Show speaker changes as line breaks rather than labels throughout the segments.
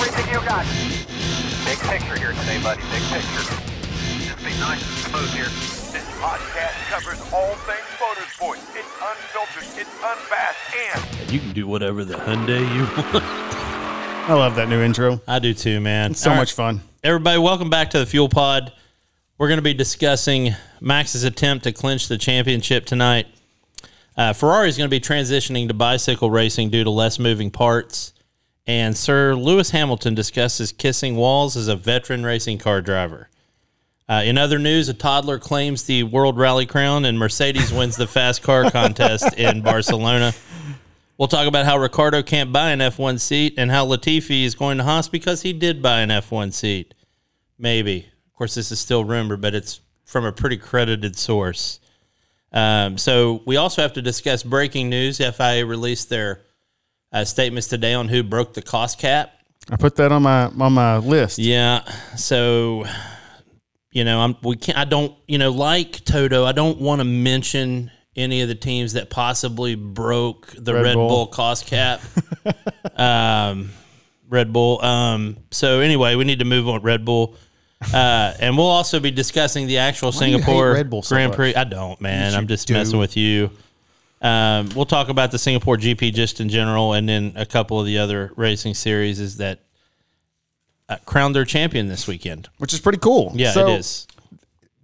shot.
Big picture here today, buddy. Big picture. Just be nice and smooth here. This podcast covers all things Motorsports. It's unfiltered, it's unabashed, and
You can do whatever the Hyundai you want.
I love that new intro.
I do too, man.
It's so
All right,
much fun.
Everybody, welcome back to the Fuel Pod. We're going to be discussing Max's attempt to clinch the championship tonight. Uh, Ferrari is going to be transitioning to bicycle racing due to less moving parts. And Sir Lewis Hamilton discusses kissing walls as a veteran racing car driver. Uh, in other news, a toddler claims the World Rally Crown, and Mercedes wins the fast car contest in Barcelona. We'll talk about how Ricardo can't buy an F1 seat and how Latifi is going to Haas because he did buy an F1 seat. Maybe. Of course, this is still rumor, but it's from a pretty credited source. Um, so we also have to discuss breaking news. FIA released their uh, statements today on who broke the cost cap.
I put that on my on my list.
Yeah. So, you know, I'm we can't. I don't. You know, like Toto, I don't want to mention any of the teams that possibly broke the Red,
Red
Bull.
Bull.
cost cap. um, Red Bull. Um. So anyway, we need to move on Red Bull. Uh, and we'll also be discussing the actual
do you hate
Singapore
Red Bull so
Grand
much?
Prix. I don't, man.
Yes,
I'm
you
just
do.
messing with you. Um, we'll talk about the Singapore GP just in general, and then a couple of the other racing series is that uh, crowned their champion this weekend.
Which is pretty cool.
Yeah,
So,
it is.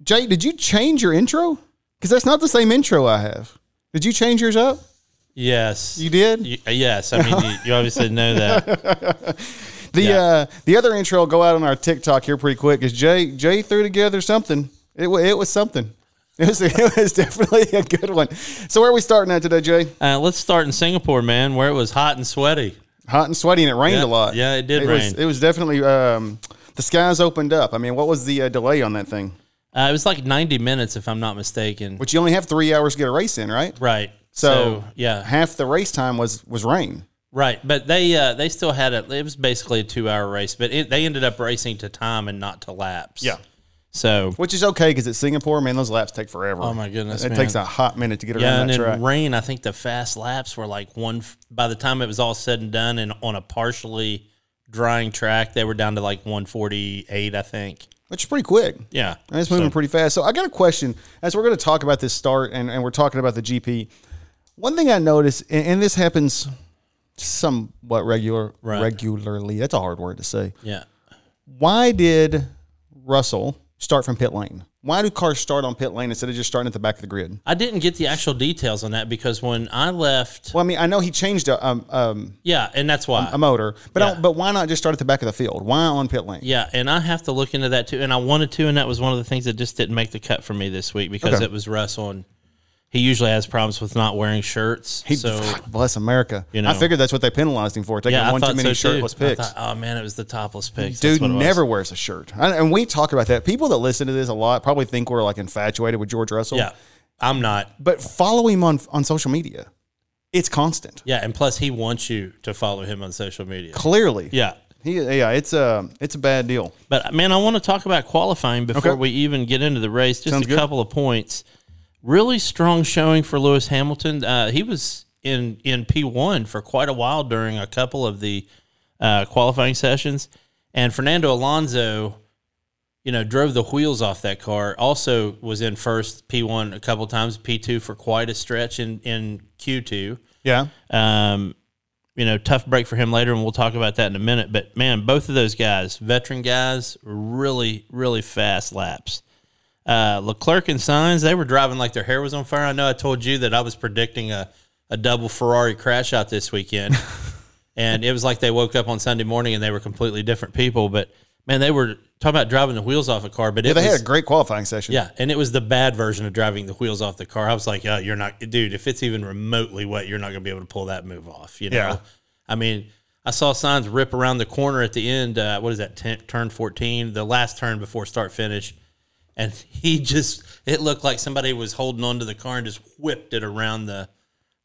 Jay, did you change your intro? Because that's not the same intro I have. Did you change yours up?
Yes,
You did?
Y- uh, yes, I mean you, you obviously know that.
The
Yeah.
uh, the other intro will go out on our TikTok here pretty quick. Is Jay Jay threw together something? It wa- it was something. It was it was definitely a good one. So where are we starting at today, Jay?
Uh, let's start in Singapore, man, where it was hot and sweaty.
Hot and sweaty, and it rained
Yeah.
a lot.
Yeah, it did
it
rain.
Was, it was definitely um, the skies opened up. I mean, what was the uh, delay on that thing?
Uh, it was like 90 minutes, if I'm not mistaken.
But you only have three hours to get a race in, right?
right.
So,
yeah,
half the race time was was rain.
Right, but they uh, they still had it. It was basically a two hour race, but it, they ended up racing to time and not to laps.
Yeah.
So
which is okay because it's Singapore. Man, those laps take forever.
Oh, my goodness,
it
man.
takes a hot minute to get around
yeah, and
that
in
track.
rain, I think the fast laps were like one. f- By the time it was all said and done, and on a partially drying track, they were down to like one forty eight, I think.
which is pretty quick.
Yeah,
And it's moving
So,
pretty fast. So I got a question as we're going to talk about this start and, and we're talking about the GP. One thing I noticed, and, and this happens somewhat regular
Right.
regularly. That's a hard word to say.
yeah,
Why did Russell start from pit lane? Why do cars start on pit lane instead of just starting at the back of the grid?
I didn't get the actual details on that because when I left,
Well, I mean, I know he changed a, um, um,
yeah, and that's why
a motor, but I
Yeah.
don't, but why not just start at the back of the field? Why on pit lane?
Yeah, and I have to look into that too. And I wanted to, and that was one of the things that just didn't make the cut for me this week because
Okay.
it was Russell. And he usually has problems with not wearing shirts.
He,
so
bless America.
You
I
know.
figured that's what they penalized him for taking
yeah, I
one too
thought
many
so
shirtless
too. I
pics.
thought, oh man, it was the topless pics. That's
Dude
what it was.
never wears a shirt, I- and we talk about that. People that listen to this a lot probably think we're like infatuated with George Russell.
Yeah, I'm not.
but follow him on on social media. It's constant.
Yeah, and plus he wants you to follow him on social media.
Clearly,
Yeah,
he, yeah, it's a it's a bad deal.
But man, I want to talk about qualifying before
Okay.
we even get into the race. Just
Sounds
a
good.
couple of points. Really strong showing for Lewis Hamilton. Uh, he was in in P one for quite a while during a couple of the uh, qualifying sessions, and Fernando Alonso, you know, drove the wheels off that car. Also was in first P one a couple times, P two for quite a stretch in in Q two.
Yeah,
Um, you know, tough break for him later, and we'll talk about that in a minute. But man, both of those guys, veteran guys, really, really fast laps. Uh, Leclerc and Signs, they were driving like their hair was on fire. I know I told you that I was predicting a, a double Ferrari crash out this weekend. and it was like they woke up on Sunday morning and they were completely different people. But man, they were talking about driving the wheels off a car. But
yeah,
it
they
was,
had a great qualifying session.
yeah, and it was the bad version of driving the wheels off the car. I was like, oh, you're not, dude. If it's even remotely wet, you're not going to be able to pull that move off. You know,
Yeah.
I mean, I saw signs rip around the corner at the end. Uh, what is that? Ten, turn fourteen, the last turn before start finish, and he just it looked like somebody was holding onto the car and just whipped it around the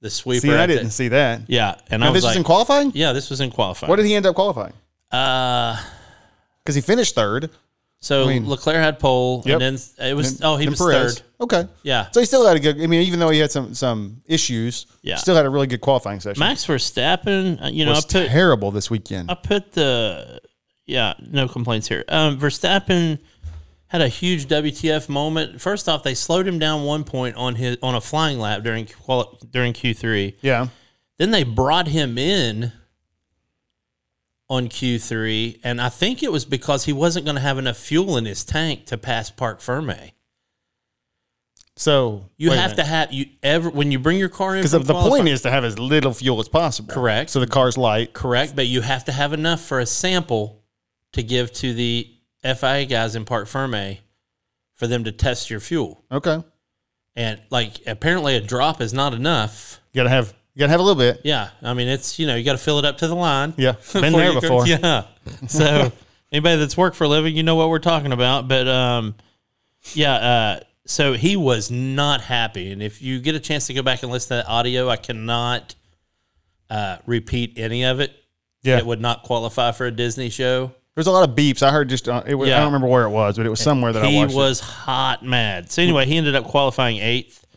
the sweeper.
see, I
at the-
didn't see that.
yeah, and I
now
was
this
like,
was in qualifying.
yeah, this was in qualifying.
What did he end up qualifying?
uh,
Because he finished third.
so Leclerc had pole,
Yep.
and then it was oh he
then
was
Perez.
third.
Okay.
Yeah.
So he still had a good. I mean, even though he had some some issues,
Yeah.
still had a really good qualifying session.
Max Verstappen, uh, you know, I
was
put
terrible this weekend.
I put the yeah, no complaints here. Um, Verstappen had a huge WTF moment. First off, they slowed him down one point on his on a flying lap during quali- during Q three.
Yeah.
Then they brought him in on Q three, and I think it was because he wasn't going to have enough fuel in his tank to pass Park Ferme.
So
You have to have you ever when you bring your car in
because
from
the
qualifying-
point is to have as little fuel as possible.
Correct.
So the car's light.
Correct, but you have to have enough for a sample to give to the FIA guys in Park Ferme for them to test your fuel.
Okay. You
And like apparently a drop is not enough.
gotta have you gotta have a little bit.
Yeah. I mean it's you know, you gotta fill it up to the line.
Yeah. Been
Before
there
you go-
before.
yeah. So anybody that's worked for a living, you know what we're talking about. But um, yeah. Uh, so he was not happy, and if you get a chance to go back and listen to that audio, I cannot uh, repeat any of it.
Yeah.
It would not qualify for a Disney show.
There's a lot of beeps. I heard just uh, it was, I
Yeah.
don't remember where it was, but it was somewhere that I
he
watched. it.
was hot mad. So anyway, he ended up qualifying eighth.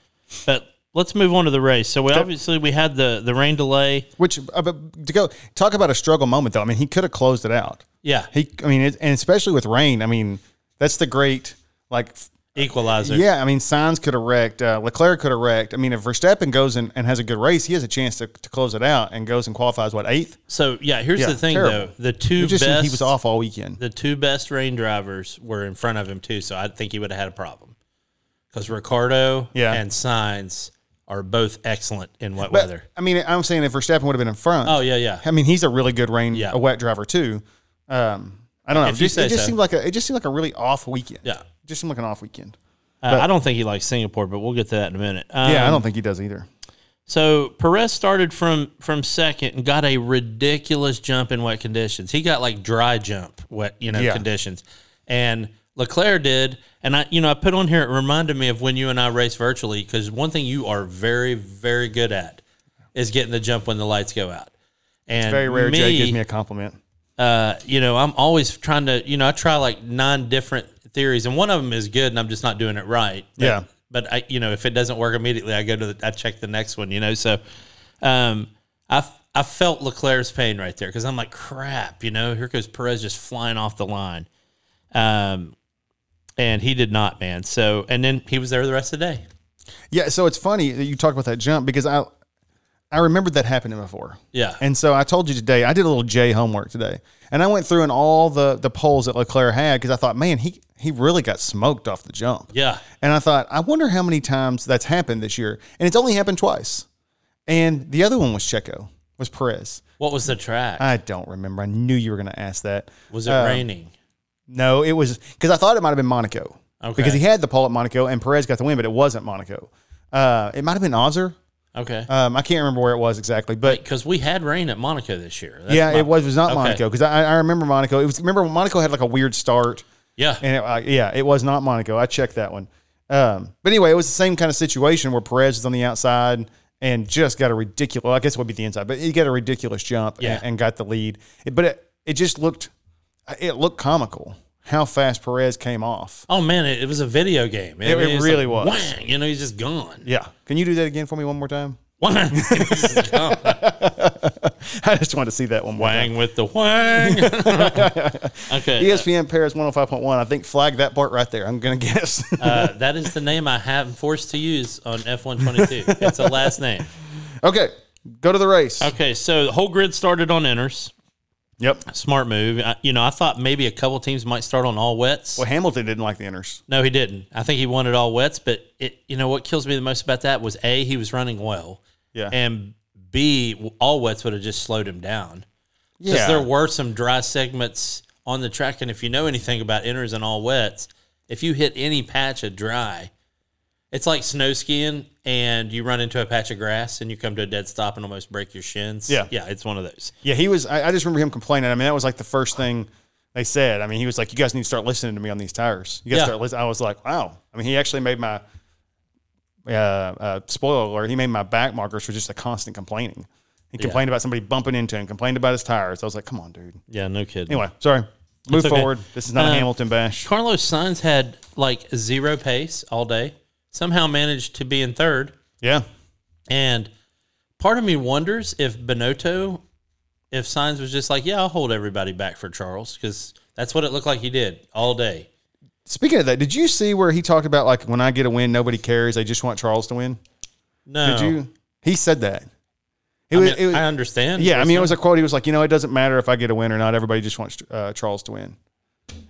But let's move on to the race. So we obviously we had the the rain delay.
Which uh, but to go talk about a struggle moment though. I mean, he could have closed it out.
Yeah,
He, I mean, it, and especially with rain. I mean, that's the great like. f-
equalizer.
Yeah, I mean, Signs could have wrecked. Uh, Leclerc could have wrecked. I mean, if Verstappen goes and, and has a good race, he has a chance to, to close it out and goes and qualifies what eighth.
So yeah, here's
Yeah,
the thing
terrible.
though: the two
It just
best
he was off all weekend.
the two best rain drivers were in front of him too. So I think he would have had a problem because Ricardo
Yeah.
and Signs are both excellent in wet
But,
weather.
I mean, I'm saying if Verstappen would have been in front.
Oh yeah, yeah.
I mean, he's a really good rain,
Yeah.
a wet driver too. Um, I don't know.
If you
just,
say
it just
so.
seemed like a it just seemed like a really off weekend.
Yeah.
just seemed like an off weekend.
Uh, I don't think he likes Singapore, but we'll get to that in a minute. Um,
Yeah, I don't think he does either.
So Perez started from from second and got a ridiculous jump in wet conditions. He got like dry jump wet, you know,
Yeah.
conditions. And Leclerc did, and I, you know, I put on here. It reminded me of when you and I race virtually because one thing you are very, very good at is getting the jump when the lights go out. And
Very rare. Jay
me-
gives me a compliment.
uh, you know, I'm always trying to, you know, I try like nine different theories, and one of them is good, and I'm just not doing it right. But-
Yeah.
But I, you know, if it doesn't work immediately, I go to the, I check the next one. You know, so, um, I f- I felt Leclerc's pain right there because I'm like, crap, you know, here goes Perez just flying off the line, um, and he did not, man. So, and then he was there the rest of the day.
Yeah, so it's funny that you talk about that jump because I I remembered that happening before.
Yeah.
And so I told you today, I did a little J homework today. And I went through and all the the polls that Leclerc had because I thought, man, he he really got smoked off the jump.
Yeah.
And I thought, I wonder how many times that's happened this year. And it's only happened twice. And the other one was Checo, was Perez.
What was the track?
I don't remember. I knew you were going to ask that.
was it
Uh,
raining?
No, it was because I thought it might have been Monaco.
Okay.
Because he had the pole at Monaco and Perez got the win, but it wasn't Monaco. Uh, it might have been Ozer.
Okay.
Um, I can't remember where it was exactly, but
Because we had rain at Monaco this year. That's
yeah,
my-
it was it was not
Okay.
Monaco because I, I remember Monaco. It was remember when Monaco had like a weird start,
Yeah.
and it, uh, yeah, it was not Monaco. I checked that one. Um, but anyway, it was the same kind of situation where Perez was on the outside and just got a ridiculous. Well, I guess it would be the inside, but he got a ridiculous jump
Yeah.
and, and got the lead. It- but it, it just looked it looked comical how fast Perez came off.
Oh man, it, it was a video game.
It- it
was
really
like,
was.
Whang, you know, he's just gone.
Yeah, can you do that again for me one more time?
Whang, he's just gone.
I just wanted to see that one more. time.
whang with the whang. okay,
ESPN Paris 105.1, I think flag that part right there. I'm going to guess.
uh, that is the name I have forced to use on F one twenty two. It's a last name.
Okay, go to the race.
Okay, so the whole grid started on inners.
Yep.
Smart move. I, you know, I thought maybe a couple teams might start on all wets.
Well, Hamilton didn't like the inners.
No, he didn't. I think he wanted all wets, but it. You know what kills me the most about that was a he was running well.
Yeah.
and B all wets would have just slowed him down. because there were some dry segments on the track. And if you know anything about inners and all wets, if you hit any patch of dry, it's like snow skiing and you run into a patch of grass and you come to a dead stop and almost break your shins.
Yeah.
Yeah, it's one of those.
yeah, he was. I, I just remember him complaining. I mean, that was like the first thing they said. I mean, he was like, "You guys need to start listening to me on these tires." You guys
Yeah.
start listening. I was like, "Wow." I mean, he actually made my. Uh, uh, spoiler alert, he made my back markers for just a constant complaining. He complained about somebody bumping into him, complained about his tires. I was like, come on, dude.
Yeah, no kidding.
Anyway, sorry. Move
okay.
forward. This is not a
Um,
Hamilton bash.
Carlos Sainz had like zero pace all day, somehow managed to be in third.
Yeah.
And part of me wonders if Benotto if Signs was just like, yeah, I'll hold everybody back for Charles because that's what it looked like he did all day.
Speaking of that, did you see where he talked about like when I get a win, nobody cares. They just want Charles to win.
No,
Did you? He said that. It
I,
was,
mean,
it was-
I understand.
yeah. I mean, it was
It's
a quote. He was like, you know, it doesn't matter if I get a win or not. Everybody just wants uh, Charles to win.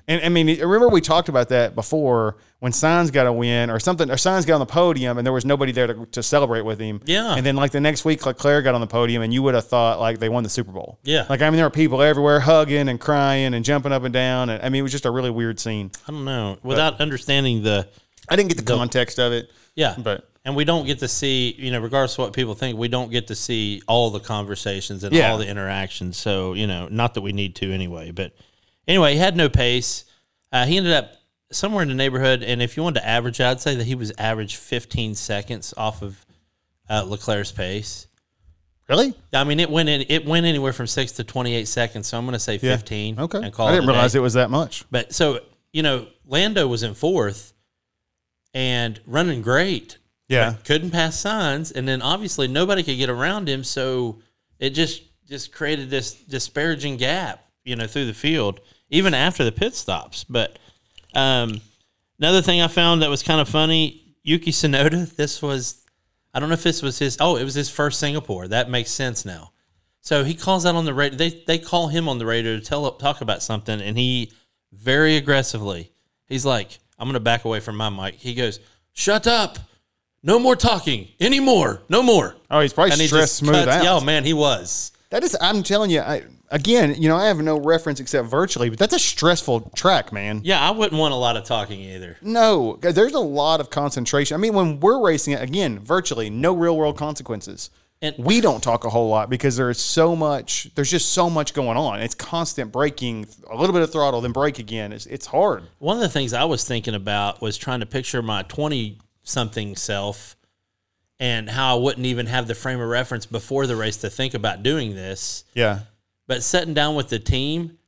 And I mean, remember we talked about that before when Signs got a win or something, or Signs got on the podium and there was nobody there to, to celebrate with him.
Yeah.
And then like the next week, like Claire got on the podium and you would have thought like they won the Super Bowl.
Yeah.
Like I mean, there were people everywhere hugging and crying and jumping up and down, and I mean, it was just a really weird scene.
not- I don't know. Without understanding the
I didn't get the context of it.
yeah,
But-
and we don't get to see you know, regardless of what people think, we don't get to see all the conversations and
Yeah.
all the interactions. So you know, not that we need to anyway. But anyway, he had no pace. Uh, he ended up somewhere in the neighborhood, and if you wanted to average, I'd say that he was average 15 seconds off of uh, Leclerc's pace.
Really?
I mean, it went in. It went anywhere from six to twenty-eight seconds. So I'm going to say fifteen.
Okay.
and call
I didn't
it a day.
realize it was that much.
But so you know, Lando was in fourth and running great.
Yeah.
but couldn't pass signs, and then obviously nobody could get around him. So it just just created this disparaging gap, you know, through the field, even after the pit stops. But um, another thing I found that was kind of funny, Yuki Tsunoda. This was, I don't know if this was his. Oh, it was his first Singapore. That makes sense now. So he calls out on the radio. They they call him on the radio to tell talk about something, and he very aggressively. He's like, "I'm gonna back away from my mic." He goes, "Shut up! No more talking anymore. No more."
Oh, he's probably stressed smooth out.
Yeah, man, he was.
That is, I'm telling you, I, again, you know, I have no reference except virtually, but that's a stressful track, man.
Yeah, I wouldn't want a lot of talking either.
No, 'cause there's a lot of concentration. I mean, when we're racing it, again, virtually no real world consequences.
And-
we don't talk a whole lot because there is so much, there's just so much going on. It's constant braking, a little bit of throttle, then brake again. It's, it's hard.
One of the things I was thinking about was trying to picture my 20 something self and how I wouldn't even have the frame of reference before the race to think about doing this.
Yeah.
But sitting down with the team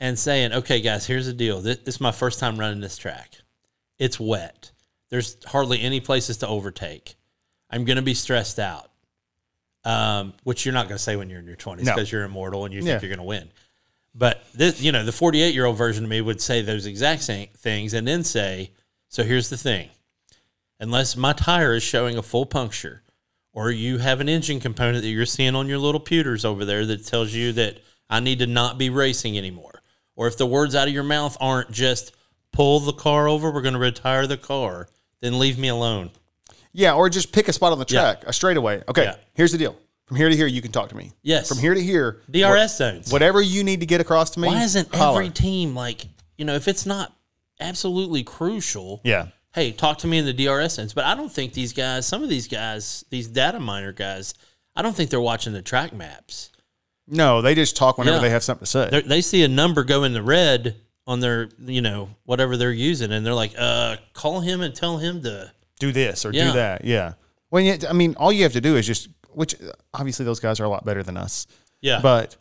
and saying, okay, guys, here's the deal. This, this is my first time running this track. It's wet. There's hardly any places to overtake. I'm going to be stressed out, um, which you're not going to say when you're in your 20s
No.
because you're immortal and you
Yeah.
think you're going to win. But this, you know, the 48 year old version of me would say those exact same things and then say, so here's the thing. Unless my tire is showing a full puncture or you have an engine component that you're seeing on your little pewters over there that tells you that I need to not be racing anymore, or if the words out of your mouth aren't just pull the car over, we're going to retire the car, then leave me alone.
Yeah, or just pick a spot on the
Yeah.
track, a straightaway. Okay,
Yeah.
here's the deal. From here to here, you can talk to me.
Yes.
From here to here,
DRS
what-
zones.
Whatever you need to get across to me.
Why isn't
holler.
every team like, you know, if it's not absolutely crucial,
Yeah.
hey, talk to me in the DRS sense. But I don't think these guys, some of these guys, these data miner guys, I don't think they're watching the track maps.
No, they just talk whenever
Yeah.
they have something to say.
They're, they see a number go in the red on their, you know, whatever they're using, and they're like, uh, call him and tell him to.
do this or
Yeah.
do that. Yeah. When you, I mean, all you have to do is just, which obviously those guys are a lot better than us.
Yeah.
But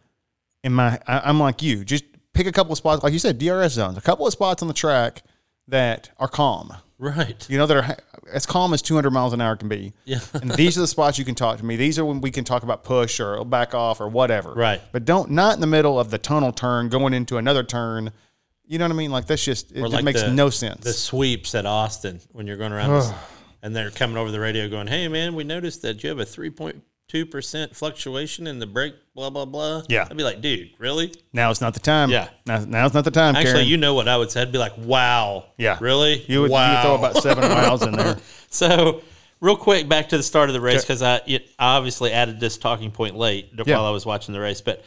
in my, I, I'm like you, just pick a couple of spots, like you said, DRS zones, a couple of spots on the track that are calm.
Right.
You know, that are as calm as 200 miles an hour can be.
Yeah.
and these are the spots you can talk to me. These are when we can talk about push or back off or whatever.
Right.
But don't, not in the middle of the tunnel turn going into another turn. You know what I mean? Like that's just, it
Or
just makes no sense.
The sweeps at Austin when you're going around this- and they're coming over the radio going, hey, man, we noticed that you have a 3.2% fluctuation in the brake, blah, blah, blah.
Yeah.
I'd be like, dude, really?
now it's not the time.
Yeah.
Now, now's not the time,
Actually,
Karen.
you know what I would say. I'd be like, wow.
Yeah.
Really?
You would, you would throw about seven miles in there.
So, real quick, back to the start of the race because I, it, I obviously added this talking point late
Yeah.
while I was watching the race. But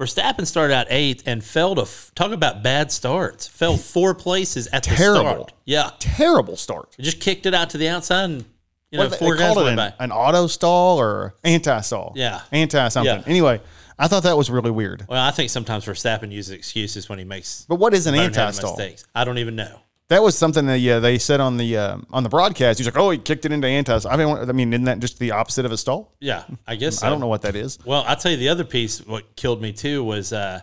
Verstappen started out eighth and fell to f- talk about bad starts. Fell four places at the
Terrible.
start. Yeah,
Terrible start.
just kicked it out to the outside and you know
What
four guys
it
went
an,
by.
an auto stall or anti stall.
Yeah.
Anti something.
Yeah.
Anyway, I thought that was really weird.
Well, I think sometimes Verstappen uses excuses when he makes
But what is an
boneheaded
anti stall?
mistakes. I don't even know.
That was something that yeah, they said on the um on the broadcast. He's like, oh, he kicked it into anti stall. I mean, what- I mean, isn't that just the opposite of a stall?
Yeah, I guess
I
so.
don't know what that is.
Well, I'll tell you the other piece. What killed me too was uh,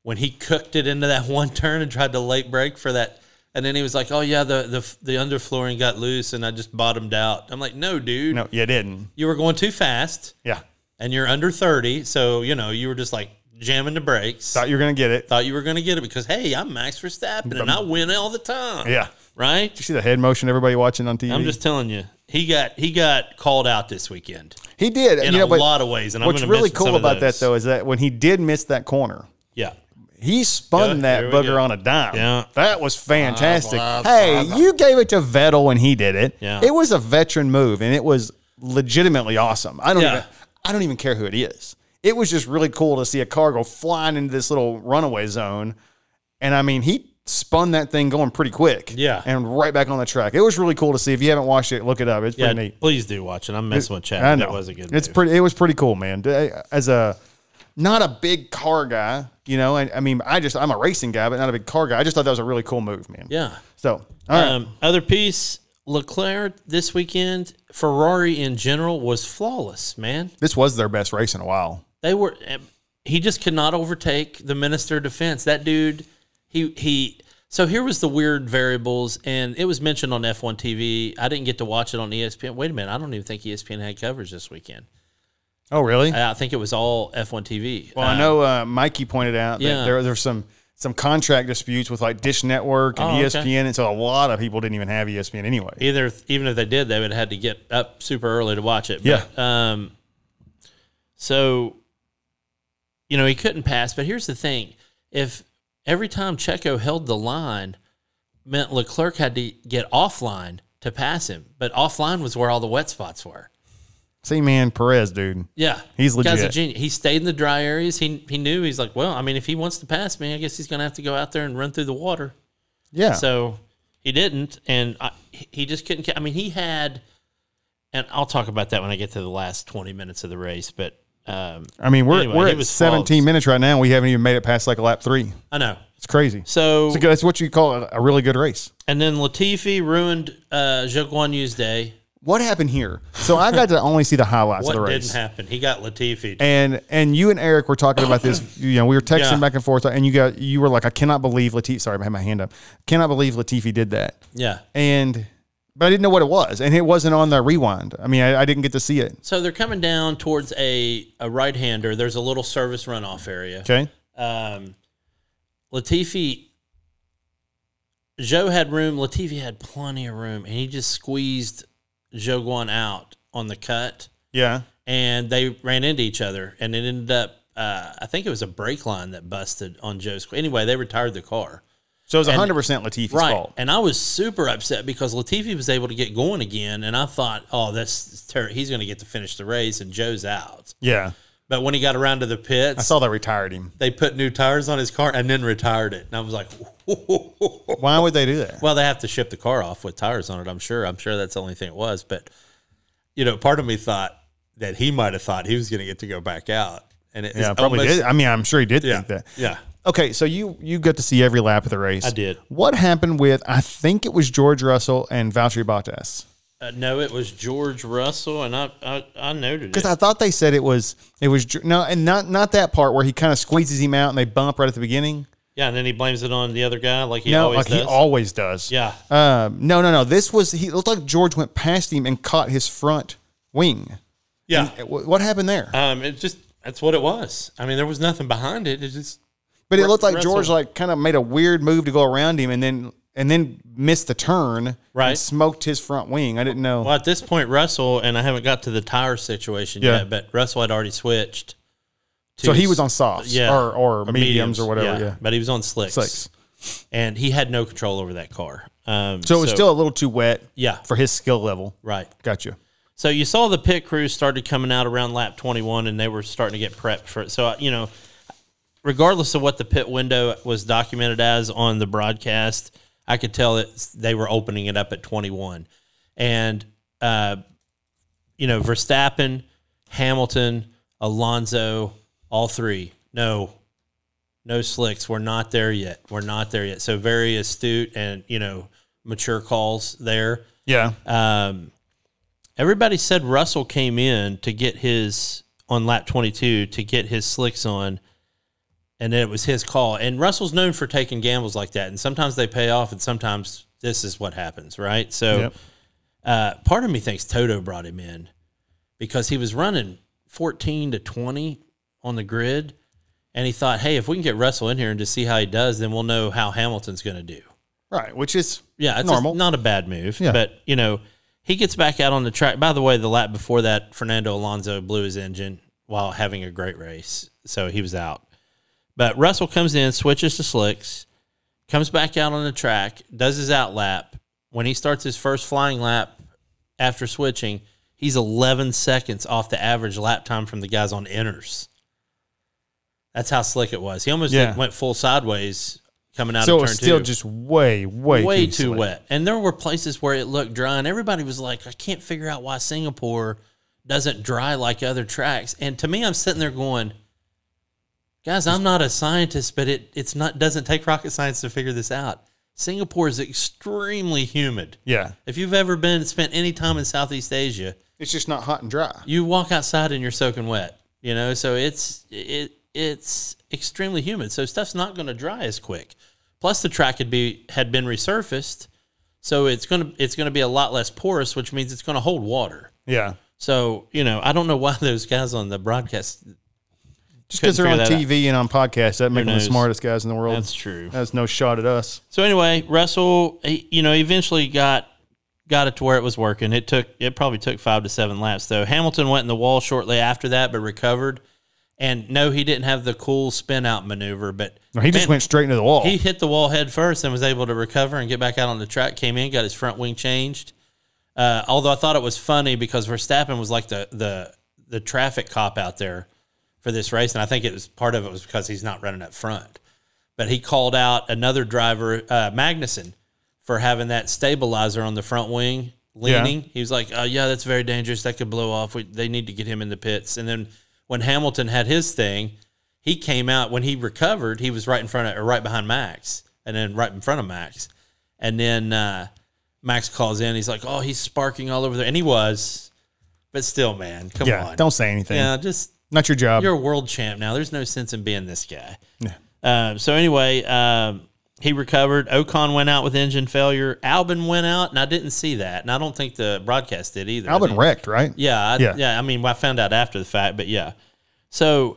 when he cooked it into that one turn and tried to late break for that, and then he was like, "Oh yeah, the the the underflooring got loose and I just bottomed out." I'm like, "No, dude,
No, you didn't.
you were going too fast.
Yeah.
and you're under 30, so you know you were just like jamming the brakes.
Thought you were gonna get it.
Thought you were going to get it because hey, I'm Max Verstappen and I win all the time.
Yeah.
right.
You see the head motion everybody watching on TV.
I'm just telling you, he got he got called out this weekend
he did.
in
you know,
a
but
lot of ways, and I'm
what's
gonna
really
mention some
cool
of
about that
those.
though is that when he did miss that corner,
Yeah,
he spun
Yeah,
that
here we
booger
go.
on a dime.
Yeah.
That was fantastic.
Blah, blah,
hey, you gave it to Vettel when he did it.
Yeah.
It was a veteran move and it was legitimately awesome. I don't
Yeah.
even I don't even care who it is. It was just really cool to see a car go flying into this little runaway zone. And I mean, he spun that thing going pretty quick.
Yeah.
And right back on the track. It was really cool to see. If you haven't watched it, look it up. It's
yeah.
pretty neat.
Please do watch it. I'm messing with Chad.
I know.
That was a good.
It's
move.
pretty. It was pretty cool, man. D- As a not a big car guy, you know. I, I mean, I just I'm a racing guy, but not a big car guy. I just thought that was a really cool move, man.
Yeah.
So all right,
Um, other piece, Leclerc this weekend, Ferrari in general was flawless, man.
this was their best race in a while.
They were he just could not overtake the minister of defense. That dude, he he so here was the weird variables and it was mentioned on F1 TV. I didn't get to watch it on E ESPN. Wait a minute, I don't even think E ESPN had coverage this weekend.
Oh, really?
I I think it was all F1 TV.
well, I know uh, Mikey pointed out that
yeah.
there there's some some contract disputes with like Dish Network and E
Oh, okay.
ESPN, and so a lot of people didn't even have E ESPN anyway.
either even if they did, they would have had to get up super early to watch it. But, Um. So, you know, he couldn't pass. But here's the thing: if every time Checo held the line, meant Leclerc had to get offline to pass him. But offline was where all the wet spots were.
See, man, Perez, dude.
Yeah,
He's
Guy's a
legit.
genius. He stayed in the dry areas. He he knew he's like, well, I mean, if he wants to pass me, I guess he's gonna have to go out there and run through the water.
Yeah.
So he didn't, and I, he he just couldn't. ca- I mean, he had, and I'll talk about that when I get to the last twenty minutes of the race. But um,
I mean, we're
Anyway,
we're
he
at
was
17
flawless.
minutes right now. We haven't even made it past like lap three.
I know.
It's crazy.
So
It's a good- It's what you call a, a really good race.
and then Latifi ruined uh, Zhou Guan Yu's day.
what happened here? So I got to only see the highlights
What
of the race.
didn't happen? He got Latifi.
And and you and Eric were talking about this. You know, we were texting
Yeah.
back and forth, and you got you were like, I cannot believe Latifi. Sorry, I had my hand up. Cannot believe Latifi did that.
yeah.
And but I didn't know what it was, and it wasn't on the rewind. I mean, I, I didn't get to see it.
So they're coming down towards a a right hander. There's a little service runoff area.
Okay.
Um, Latifi, Joe had room. Latifi had plenty of room, and he just squeezed Joe Guan out on the cut,
Yeah.
and they ran into each other, and it ended up. Uh, I think it was a brake line that busted on Joe's. Anyway, they retired the car.
So it was 100 percent Latifi's fault.
And I was super upset because Latifi was able to get going again, and I thought, oh, that's ter- he's going to get to finish the race, and Joe's out.
Yeah.
But when he got around to the pits,
I saw they retired him.
they put new tires on his car and then retired it. And I was like,
Why would they do that?
well, they have to ship the car off with tires on it. I'm sure. I'm sure that's the only thing it was. But you know, part of me thought that he might have thought he was going to get to go back out, and it
yeah, probably did. I mean, I'm sure he did
Yeah,
think that.
yeah.
Okay, so you you got to see every lap of the race.
I did.
What happened with I think it was George Russell and Valtteri Bottas
Uh, no, it was George Russell, and I I, I noted it.
because I thought they said it was it was Ge- no and not not that part where he kind of squeezes him out and they bump right at the beginning.
yeah, and then he blames it on the other guy, like he
no,
always
like
does.
he always does.
yeah,
Um, no, no, no. This was he it looked like George went past him and caught his front wing. uh,
yeah.
Wh- What happened there?
Um, it just that's what it was. I mean, there was nothing behind it. It just
But it looked like
Russell.
George like kind of made a weird move to go around him and then and then missed the turn.
Right.
And smoked his front wing. I didn't know.
Well, at this point, Russell and I haven't got to the tire situation
Yeah.
yet, but Russell had already switched. To
So he was on softs
yeah,
or, or, mediums, or whatever. Yeah.
but he was on slicks,
Slicks.
and he had no control over that car. Um,
So it was still a little too wet
yeah,
for his skill level.
right.
Gotcha.
So you saw the pit crew started coming out around lap 21 and they were starting to get prepped for it. So, uh, you know, regardless of what the pit window was documented as on the broadcast, I could tell that they were opening it up at 21. And, uh, you know, Verstappen, Hamilton, Alonso, all three. No, no slicks. We're not there yet. We're not there yet. So very astute and, you know, mature calls there
Yeah.
um, everybody said Russell came in to get his on lap 22 to get his slicks on, and then it was his call. And Russell's known for taking gambles like that, and sometimes they pay off, and sometimes this is what happens, right? So,
Yep.
uh, part of me thinks Toto brought him in because he was running 14 to 20 on the grid. And he thought, hey, if we can get Russell in here and just see how he does, then we'll know how Hamilton's going to do.
Right, which is
Yeah, it's
normal.
normal. not a bad move.
Yeah.
But, you know, he gets back out on the track. By the way, the lap before that, Fernando Alonso blew his engine while having a great race. So he was out. But Russell comes in, switches to slicks, comes back out on the track, does his out lap. When he starts his first flying lap after switching, he's 11 seconds off the average lap time from the guys on inners. That's how slick it was. He almost
Yeah.
like, went full sideways coming out
so
of turn
it's still
two
just way, way,
way too,
slick.
wet. And there were places where it looked dry, and everybody was like, I can't figure out why Singapore doesn't dry like other tracks. And to me, I'm sitting there going, guys, I'm not a scientist, but it it's not doesn't take rocket science to figure this out. Singapore is extremely humid.
Yeah,
If you've ever been spent any time in Southeast Asia,
it's just not hot and dry.
you walk outside and you're soaking wet. You know, so it's it it's extremely humid. So stuff's not going to dry as quick. Plus, the track had be had been resurfaced, so it's gonna it's gonna be a lot less porous, which means it's gonna hold water.
Yeah,
So you know, I don't know why those guys on the broadcast.
just because they're on
Couldn't figure that
TV and on podcasts, that makes them the
knows?
smartest guys in the world.
true.
That's no shot at us.
So anyway, Russell, he, you know, eventually got got it to where it was working. It took it probably took five to seven laps though. Hamilton went in the wall shortly after that, but recovered. And no, he didn't have the cool spin out maneuver, but
No, he just
man,
went straight into the wall.
He hit the wall head first and was able to recover and get back out on the track. Came in, got his front wing changed. Uh, although I thought it was funny because Verstappen was like the the the traffic cop out there for this race, and I think it was part of it was because he's not running up front. But he called out another driver, uh, Magnuson, for having that stabilizer on the front wing leaning. He was like, "Oh yeah, that's very dangerous. That could blow off. We, they need to get him in the pits." And then when Hamilton had his thing, he came out when he recovered. He was right in front of or right behind Max, and then right in front of Max, and then uh, Max calls in. He's like, "Oh, he's sparking all over there," and he was. But still, man, come
yeah,
on,
don't say anything.
yeah, just
Not your job.
you're a world champ now. There's no sense in being this guy. Um, so anyway, um, he recovered. Ocon went out with engine failure. Albin went out, and I didn't see that, and I don't think the broadcast did either. I
Albin
think-
wrecked, right?
yeah, I,
Yeah.
yeah, I mean, I found out after the fact, but yeah. So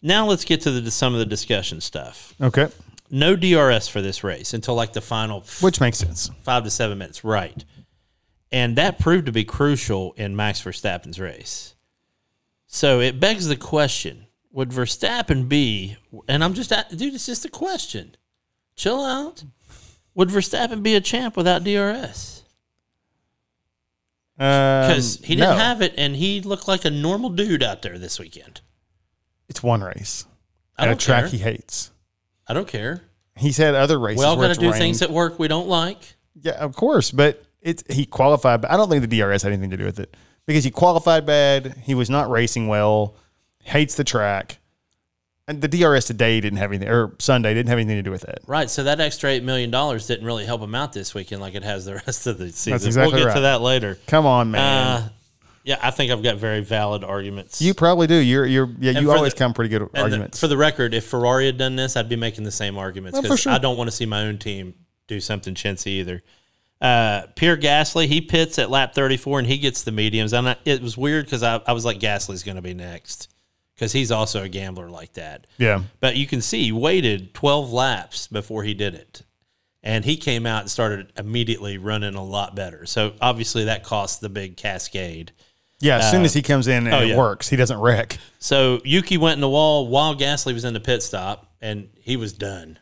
now let's get to the some of the discussion stuff.
Okay,
No DRS for this race until like the final
which makes sense.
five to seven minutes, right? And that proved to be crucial in Max Verstappen's race. So it begs the question: Would Verstappen be? And I'm just, at- dude, it's just a question. Chill out. Would Verstappen be a champ without DRS? Because
Um,
he didn't
no.
have it, and he looked like a normal dude out there this weekend.
It's one race
I
at a
don't
track
care.
he hates.
I don't care.
He's had other races.
We all
where
got
it's
to do
rained.
things at work we don't like.
Yeah, of course, but it's he qualified. But I don't think the DRS had anything to do with it because he qualified bad. He was not racing well. Hates the track, and the DRS today didn't have anything, or Sunday didn't have anything to do with that.
Right. So that extra $8 million didn't really help him out this weekend like it has the rest of the season.
exactly
we'll get
right.
to that later.
Come on, man.
Uh, yeah, I think I've got very valid arguments.
you probably do. You're you're yeah.
and
You
for
always
the-
come pretty good
And the-
arguments.
for the record, if Ferrari had done this, I'd be making the same arguments
Well, for
because
sure.
I don't want to see my own team do something chintzy either. Uh, Pierre Gasly, he pits at lap 34 and he gets the mediums. And I, it was weird because I, I was like, Gasly's going to be next because he's also a gambler like that.
yeah,
But you can see he waited 12 laps before he did it. And he came out and started immediately running a lot better. So obviously that cost the big cascade.
yeah. As soon as he comes in and
oh,
it
yeah.
works, he doesn't wreck.
So Yuki went in the wall while Gasly was in the pit stop, and he was done.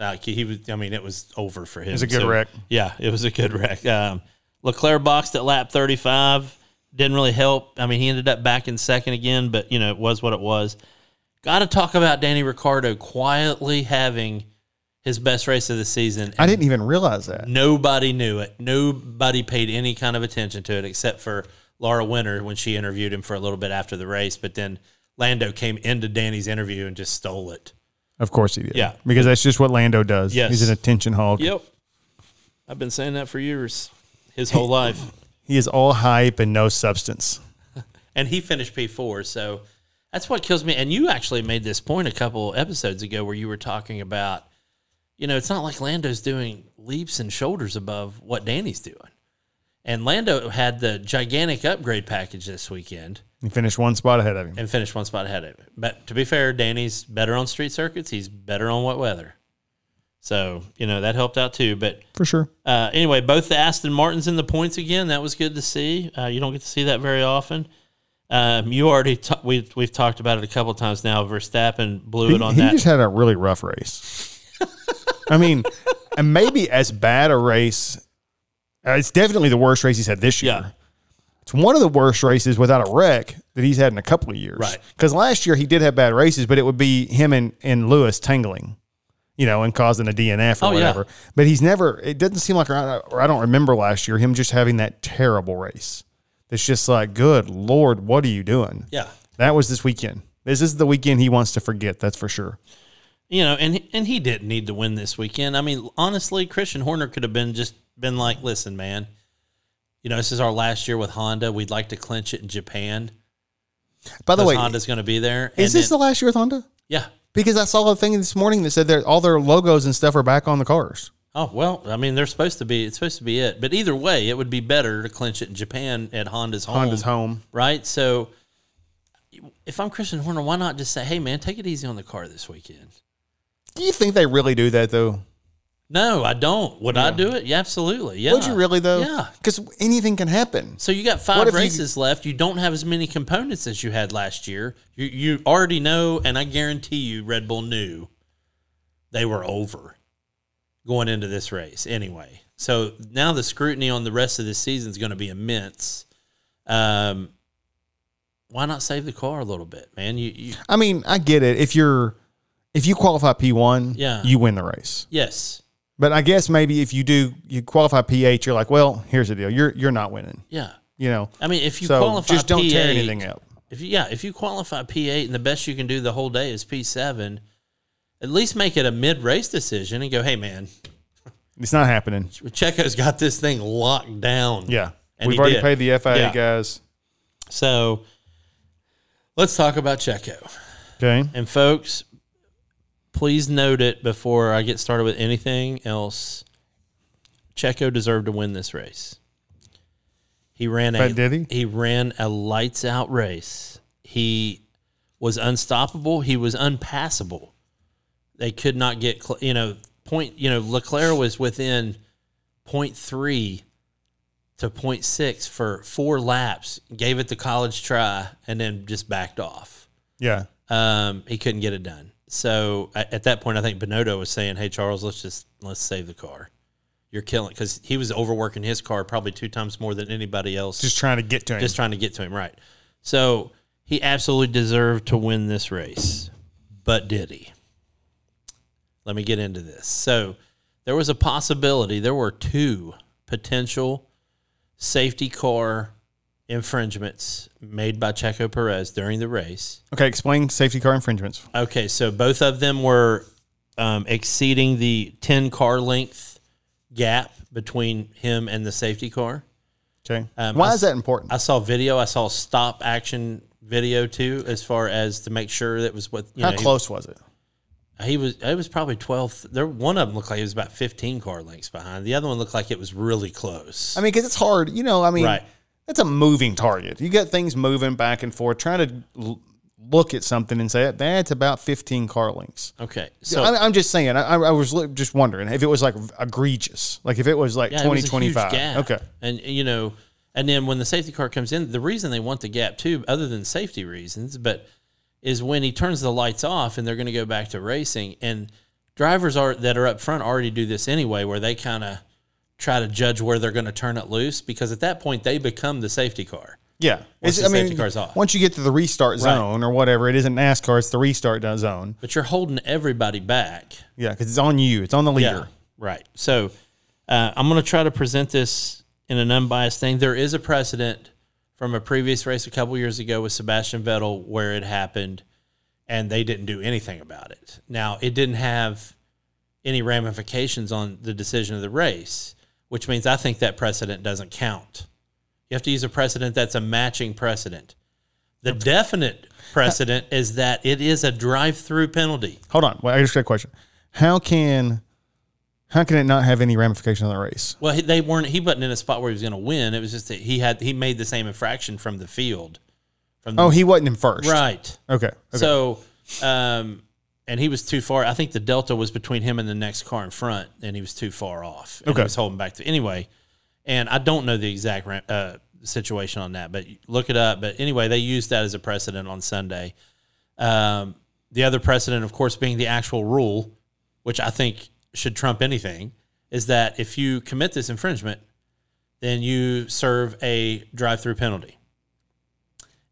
Uh, he he was. I mean, it was over for him. It
was a good wreck.
Yeah, it was a good wreck. Um, Leclerc boxed at lap thirty-five. Didn't really help. I mean, he ended up back in second again, but you know it was what it was. Got to talk about Danny Ricardo quietly having his best race of the season.
I didn't even realize that.
Nobody knew it. Nobody paid any kind of attention to it except for Laura Winter when she interviewed him for a little bit after the race. But then Lando came into Danny's interview and just stole it.
Of course he did.
Yeah.
because that's just what Lando does.
Yes.
he's an attention hog.
Yep. I've been saying that for years, his whole life.
He is all hype and no substance.
And he finished P4. So that's what kills me. And you actually made this point a couple episodes ago where you were talking about, you know, it's not like Lando's doing leaps and shoulders above what Danny's doing. And Lando had the gigantic upgrade package this weekend
He finished one spot ahead of him.
and finished one spot ahead of him. But to be fair, Danny's better on street circuits. He's better on wet weather. So, you know, that helped out too. But
For sure.
uh, anyway, both the Aston Martins and the points again. That was good to see. Uh, you don't get to see that very often. Um, you already ta- we we've talked about it a couple times now. Verstappen blew
He,
it on
he
that.
just had a really rough race. I mean, and maybe as bad a race. uh, It's definitely the worst race he's had this year.
yeah,
It's one of the worst races without a wreck that he's had in a couple of years.
Right.
Because last year he did have bad races, but it would be him and, and Lewis tangling, you know, and causing a DNF or
Oh, yeah.
whatever. But he's never, it doesn't seem like, or I don't remember last year, him just having that terrible race. It's just like, good Lord, what are you doing?
yeah.
That was this weekend. This is the weekend he wants to forget, that's for sure.
You know, and and he didn't need to win this weekend. I mean, honestly, Christian Horner could have been just been like, "Listen, man, you know, this is our last year with Honda. We'd like to clinch it in Japan.
By the
Because
way,
Honda's going to be there.
is this the last year with Honda?
yeah?
Because I saw a thing this morning that said that all their logos and stuff are back on the cars.
Oh well, I mean, they're supposed to be. It's supposed to be it. But either way, it would be better to clinch it in Japan at Honda's home.
Honda's home.
right? So if I'm Christian Horner, why not just say, "Hey, man, take it easy on the car this weekend"?
Do you think they really do that though?
No, I don't. Would I do it? Yeah, absolutely. Yeah.
Would you really though?
Yeah.
Because anything can happen.
So you got
What
five
if you-
races left. You don't have as many components as you had last year. You you already know, and I guarantee you, Red Bull knew they were over going into this race anyway. So now the scrutiny on the rest of the season is going to be immense. Um, why not save the car a little bit, man? You, you
I mean, I get it. If you're if you qualify P one,
Yeah.
you win the race.
yes,
But I guess maybe if you do you qualify P eight, you're like, well, here's the deal. You're you're not winning.
yeah.
You know.
I mean, if you
so
qualify,
just don't
P8,
tear anything up.
If you, yeah, if you qualify P eight and the best you can do the whole day is P seven, at least make it a mid race decision and go, hey man,
It's not happening.
Checo's got this thing locked down.
Yeah.
And
We've
he
already
did.
paid the FIA
Yeah.
guys.
So let's talk about Checo
Okay.
and folks. Please note it before I get started with anything else. Checo deserved to win this race. He ran a
But did he?
he ran a lights out race. He was unstoppable. He was unpassable. They could not get cl- you know point you know Leclerc was within 0.3 to 0.6 for four laps. Gave it the college try and then just backed off.
Yeah.
Um, he couldn't get it done. So at, at that point, I think Benotto was saying, "Hey Charles, let's just let's save the car. You're killing because he was overworking his car probably two times more than anybody else."
Just trying to get to him.
just trying to get to him right. So he absolutely deserved to win this race, but did he? Let me get into this. So there was a possibility. There were two potential safety car infringements made by Checo Perez during the race.
okay, explain safety car infringements.
Okay, so both of them were um, exceeding the ten car length gap between him and the safety car.
Okay.
Um,
Why
I-
is that important?
I saw video. I saw stop action video too, as far as to make sure that was what you
How
know, he-
close was it?
He, was. It was probably twelfth. There, one of them looked like it was about fifteen car lengths behind. The other one looked like it was really close.
I mean, because it's hard. You know, I mean,
Right.
that's a moving target. You got things moving back and forth, trying to l- look at something and say, that's about 15 car links.
okay, so
I, I'm just saying, I, I was li- just wondering if it was like egregious, like if it was like
yeah, it
twenty
was a
twenty
huge
five.
gap.
20, 25. Okay.
and you know, and then when the safety car comes in, the reason they want the gap too, other than safety reasons, but is when he turns the lights off and they're going to go back to racing and drivers are that are up front already do this anyway where they kind of try to judge where they're going to turn it loose because at that point they become the safety car
Yeah.
Once
It's-
the safety car's off.
once you get to the restart zone or whatever, it isn't NASCAR, it's the restart zone.
but you're holding everybody back
Yeah. Because it's on you, it's on the leader.
right so uh, i'm going to try to present this in an unbiased thing there is a precedent from a previous race a couple years ago with sebastian vettel where it happened and they didn't do anything about it now it didn't have any ramifications on the decision of the race which means i think that precedent doesn't count you have to use a precedent that's a matching precedent the definite precedent is that it is a drive-through penalty
Hold on. Well, I just got a question. How can How can it not have any ramification on the race?
Well, he, they weren't. He wasn't in a spot where he was going to win. It was just that he had he made the same infraction from the field. From the,
Oh, he wasn't in first.
right.
Okay. okay.
So, um, and he was too far. I think the delta was between him and the next car in front, and he was too far off. And
Okay.
he was holding back to anyway. And I don't know the exact ra- uh, situation on that, but look it up. But anyway, they used that as a precedent on Sunday. Um, the other precedent, of course, being the actual rule, which I think should trump anything, is that if you commit this infringement, then you serve a drive-through penalty.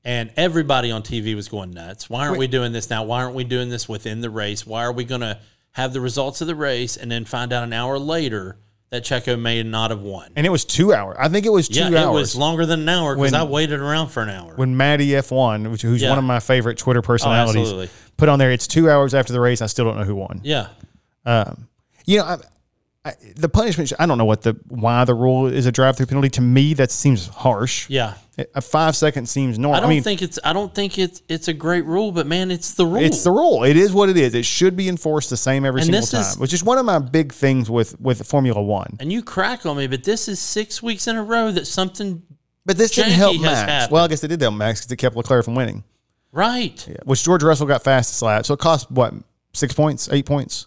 And everybody on TV was going nuts. Why aren't we doing this now? Why aren't we doing this within the race? Why are we going to have the results of the race and then find out an hour later that Checo may not have won?
and it was two hours. I think it was two
yeah,
hours.
it was longer than an hour because
When-
I waited around for an hour.
when Maddie F1, which, who's
Yeah. Oh,
one of my favorite Twitter personalities,
absolutely.
put on there, it's two hours after the race. I still don't know who won.
yeah,
You know, I, I, the punishment, sh- I don't know what the why the rule is a drive through penalty. To me, that seems harsh.
yeah.
A five second seems normal.
I
I,
don't
mean,
think it's I don't think it's it's a great rule, but man, it's the rule.
it's the rule. It is what it is. It should be enforced the same every
And
single
this
time,
is-
which is one of my big things with, with Formula One.
and you crack on me, but this is six weeks in a row that something
But this didn't
Janky
help
has
Max.
happened.
Well, I guess it did help Max because it kept Leclerc from winning,
right. Yeah.
which George Russell got fastest lap. So it cost, what, six points, eight points,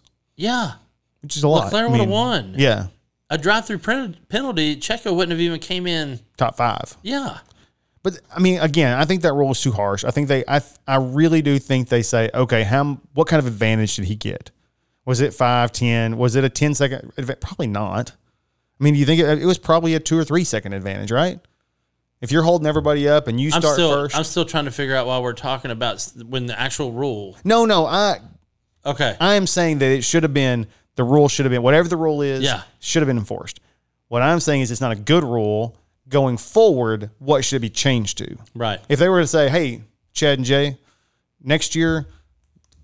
which is a lot.
Leclerc
I
would have
mean,
won.
Yeah,
A drive-through pen- penalty, Checo wouldn't have even came in.
top five.
Yeah.
But I mean, again, I think that rule is too harsh. I think they, I, I really do think they say, okay, how, what kind of advantage did he get? Was it five, 10? Was it a 10 second? adva- Probably not. I mean, do you think it, it was probably a two or three second advantage, right? If you're holding everybody up and you
I'm
start
still
first.
I'm still trying to figure out why we're talking about s- when the actual rule.
no, no, I,
Okay.
I am saying that it should have been, the rule should have been, whatever the rule is,
Yeah.
should have been enforced. What I'm saying is it's not a good rule. Going forward, what should it be changed to?
right.
If they were to say, "Hey, Chad and Jay, next year,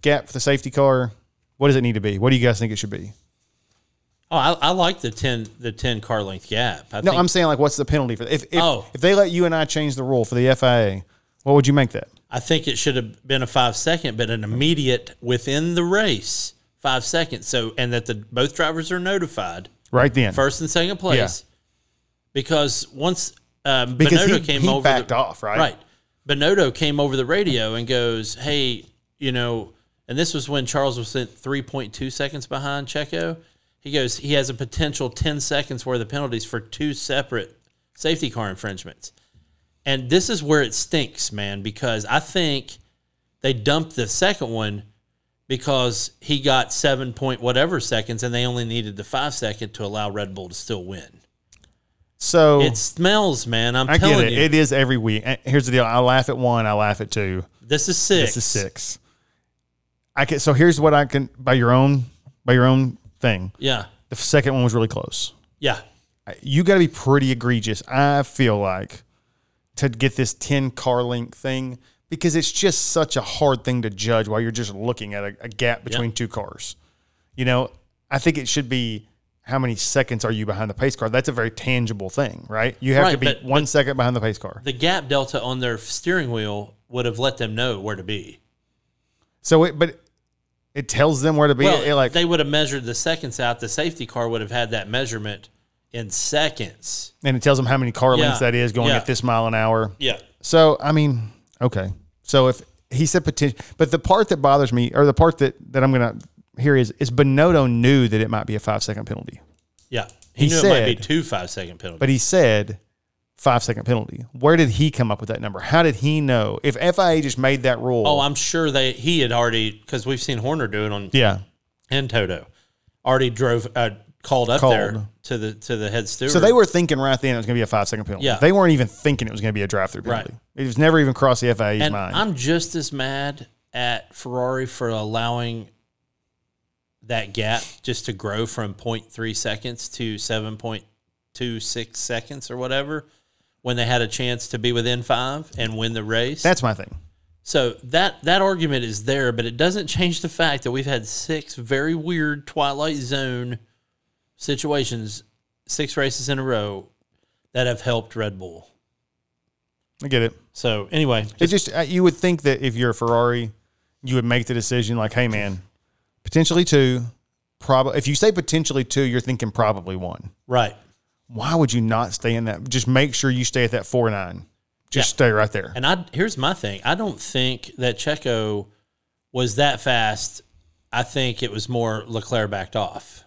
gap for the safety car, what does it need to be? What do you guys think it should be?"
Oh, I, I like the 10 the 10 car length gap. I
No,
think
I'm saying like, what's the penalty for if if,
Oh.
if they let you and I change the rule for the FIA? What would you make that?
I think it should have been a 5 second but an immediate within the race 5 seconds. So and that the both drivers are notified
Right then,
first and second place. Because once um,
Because
Binotto
he-
came
he
over,
backed
the,
off, right?
Right. Bonotto came over the radio and goes, "Hey, you know," and this was when Charles was sent 3.2 seconds behind Checo. He goes, "He has a potential 10 seconds worth of penalties for two separate safety car infringements." And this is where it stinks, man, because I think they dumped the second one because he got seven point whatever seconds, and they only needed the five second to allow Red Bull to still win.
so
It smells, man. I'm
Oh. I get
telling
it.
you,
It is every week. And here's the deal: I laugh at one, I laugh at two.
this is six.
This is six. I can. So here's what I can by your own by your own thing.
Yeah,
The second one was really close.
yeah,
you got to be pretty egregious. I feel like to get this ten car link thing because it's just such a hard thing to judge while you're just looking at a, a gap between two cars. You know, I think it should be how many seconds are you behind the pace car? That's a very tangible thing, right? You have to
Right,
be one
but-
second behind the pace car.
the gap delta on their steering wheel would have let them know where to be.
So, it, but it tells them where to be.
Well,
It, like,
they would have measured the seconds out. The safety car would have had that measurement in seconds.
and it tells them how many car
Yeah,
links that is going
yeah.
at this mile an hour.
Yeah,
So I mean, okay. So if he said potential, but the part that bothers me, or the part that that I'm gonna hear is, is Bonotto knew that it might be a five second penalty,
yeah. He,
He
knew it might be
said-
two five second penalties.
but he said five second penalty. Where did he come up with that number? How did he know? If FIA just made that rule,
oh, I'm sure they he had already because we've seen Horner do it on
yeah.
and Toto already drove uh, called up
Called.
there to the to the head steward.
So they were thinking right then it was gonna be a five second penalty.
Yeah.
They weren't even thinking it was gonna be a drive through penalty. It was never even crossed the FIA's
and
mind.
I'm just as mad at Ferrari for allowing that gap just to grow from 0.3 seconds to 7.26 seconds or whatever when they had a chance to be within 5 and win the race.
That's my thing.
so that that argument is there but it doesn't change the fact that we've had six very weird twilight zone situations six races in a row that have helped Red Bull.
I get it.
So anyway,
It just uh, you would think that if you're a Ferrari, you would make the decision like, "Hey, man, potentially two, probably if you say potentially two, you're thinking probably one.
Right.
Why would you not stay in that? Just make sure you stay at that four nine. Just stay right there.
And I here's my thing. I don't think that Checo was that fast. I think it was more Leclerc backed off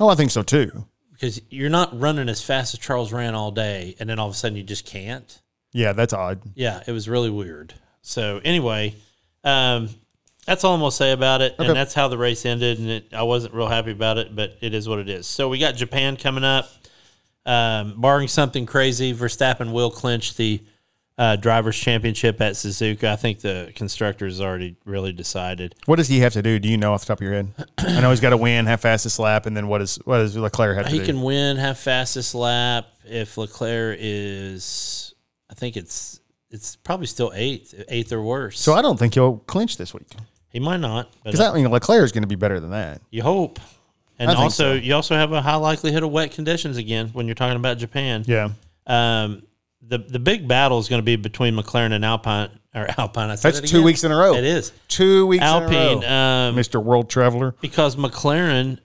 Oh, I think so too.
because you're not running as fast as Charles ran all day, and then all of a sudden you just can't.
Yeah, that's odd.
Yeah, it was really weird. So anyway, um, that's all I'm gonna say about it, and that's how the race ended. And it, I wasn't real happy about it, but it is what it is. So we got Japan coming up. Um, barring something crazy, Verstappen will clinch the uh, drivers' championship at Suzuka. I think the constructors already really decided.
What does he have to do? Do you know off the top of your head? I know he's got to win, have fastest lap, and then what is what does Leclerc have to
He
do?
can win, have fastest lap if Leclerc is. I think it's it's probably still eighth, eighth or worse.
so I don't think he'll clinch this week
he might not. But
because I mean Leclerc is going to be better than that.
You hope. And
I think so.
also, you also have a high likelihood of wet conditions again when you're talking about Japan.
Yeah,
Um, the the big battle is going to be between McLaren and Alpine or Alpine. I said
That's
it
two
again.
weeks in a row.
It is
two weeks
Alpine
Alpine,
um,
Mr. World Traveler.
because McLaren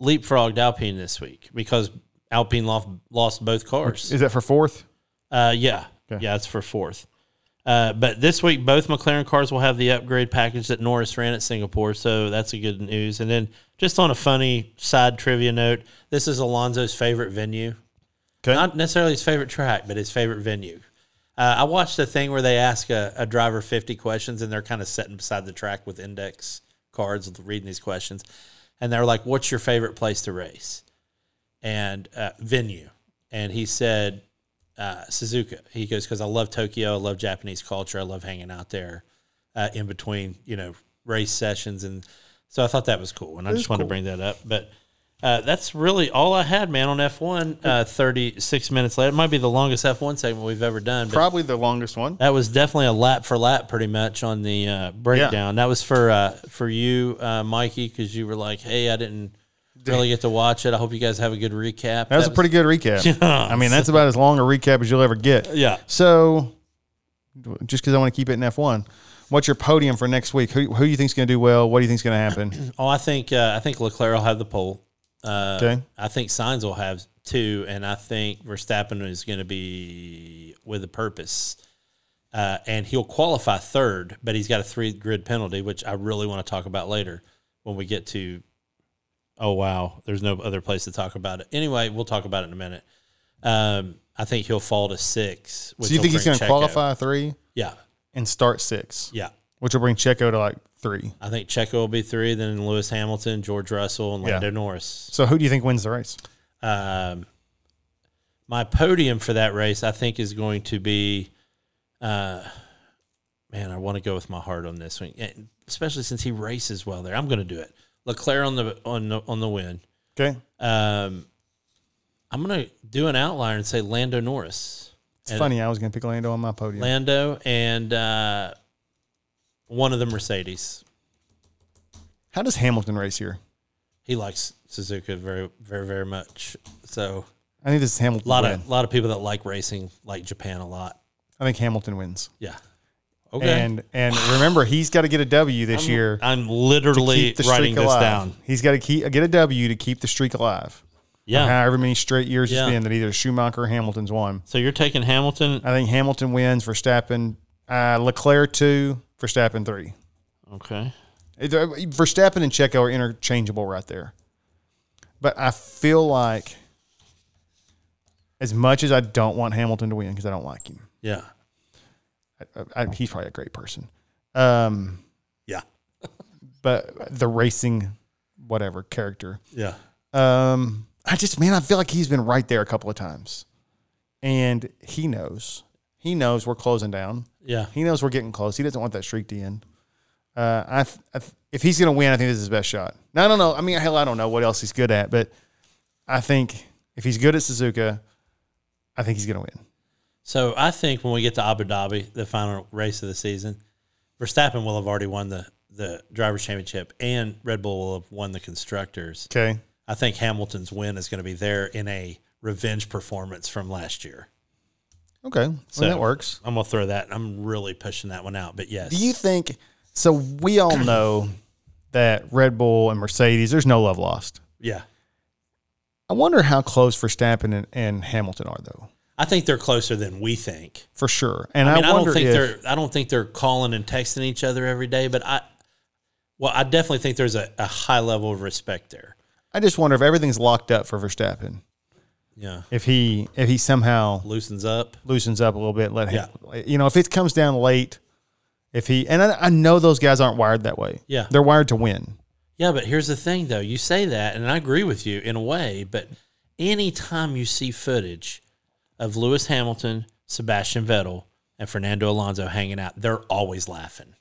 leapfrogged Alpine this week because Alpine lost lost both cars.
Is that for fourth?
Uh, yeah, yeah, it's for fourth. Uh, but this week, both McLaren cars will have the upgrade package that Norris ran at Singapore, so that's a good news. And then, just on a funny side trivia note, this is Alonso's favorite venue.
Okay.
Not necessarily his favorite track, but his favorite venue. Uh, I watched a thing where they ask a, a driver 50 questions and they're kind of sitting beside the track with index cards with- reading these questions. And they're like, What's your favorite place to race? And uh, venue. And he said, uh, Suzuka. He goes, Because I love Tokyo. I love Japanese culture. I love hanging out there uh, in between, you know, race sessions. And so I thought that was cool. And I just wanted to bring that up. But uh, that's really all I had, man, on F1. Uh, 36 minutes later. It might be the longest F1 segment we've ever done. But
Probably the longest one.
that was definitely a lap for lap, pretty much on the uh, breakdown. That was for uh, for you, uh, Mikey, because you were like, "Hey, I didn't really get to watch it. I hope you guys have a good recap."
That was a pretty good recap. I mean, that's about as long a recap as you'll ever get.
Uh, yeah.
So, just because I want to keep it in F one, what's your podium for next week? Who who you think's going to do well? What do you think's going to happen?
Oh, I think uh, I think Leclerc will have the pole. Uh,
Okay.
I think Signs will have two, and I think Verstappen is going to be with a purpose. Uh, and he'll qualify third, but he's got a three grid penalty, which I really want to talk about later when we get to. Oh wow, there's no other place to talk about it. Anyway, we'll talk about it in a minute. Um, I think he'll fall to six. which
So you
will
think he's
bring
going to
Checo.
qualify three
Yeah,
and start six,
yeah.
which will bring Checo to like three.
I think Checo will be three, then Lewis Hamilton, George Russell, and
Yeah.
Lando Norris.
So who do you think wins the race?
um, my podium for that race, I think, is going to be, uh, man, I want to go with my heart on this one, and especially since he races well there. I'm going to do it. Leclerc on the on the, on the win.
Okay,
Um, I'm going to do an outlier and say Lando Norris,
it's funny. I was going to pick Lando on my podium.
Lando, and uh, one of the Mercedes.
How does Hamilton race here?
He likes Suzuka very very very much. So
I think this is Hamilton.
a lot
win.
of a lot of people that like racing like Japan a lot.
I think Hamilton wins.
Yeah. Okay.
And and remember, he's got to get a W this year.
I'm
to
literally
keep the streak
writing this
alive.
down.
He's got to keep get a W to keep the streak alive.
Yeah.
However many straight years
Yeah.
it's been that either Schumacher or Hamilton's won.
So you're taking Hamilton.
I think Hamilton wins. Verstappen, uh, Leclerc two, Verstappen three.
Okay.
Either- Verstappen and Checo are interchangeable right there. But I feel like, as much as I don't want Hamilton to win because I don't like him,
Yeah.
I, I, he's probably a great person. Um,
Yeah.
but the racing, whatever character,
Yeah.
Um, I just man, I feel like he's been right there a couple of times, and he knows. He knows we're closing down.
Yeah.
He knows we're getting close. He doesn't want that streak to end. Uh, I, th- I th- if he's going to win, I think this is his best shot. Now, I don't know. I mean, hell, I don't know what else he's good at, but I think if he's good at Suzuka, I think he's going to win.
So I think when we get to Abu Dhabi, the final race of the season, Verstappen will have already won the the drivers' championship, and Red Bull will have won the constructors.
Okay.
I think Hamilton's win is going to be there in a revenge performance from last year.
Okay. Well, that works.
I'm gonna throw that. I'm really pushing that one out. But yes,
Do you think so? We all know that Red Bull and Mercedes, there's no love lost.
Yeah.
I wonder how close Verstappen and, and Hamilton are though,
I think they're closer than we think.
for sure. And I,
I mean, I,
wonder
don't think
if,
they're I don't think they're calling and texting each other every day, but I well, I definitely think there's a, a high level of respect there.
I just wonder if everything's locked up for Verstappen.
Yeah.
If he if he somehow
Loosens up.
loosens up a little bit, let him. You know, if it comes down late, if he and I, I know those guys aren't wired that way.
Yeah.
they're wired to win.
Yeah, but here's the thing though. You say that and I agree with you in a way, but anytime you see footage of Lewis Hamilton, Sebastian Vettel, and Fernando Alonso hanging out, they're always laughing.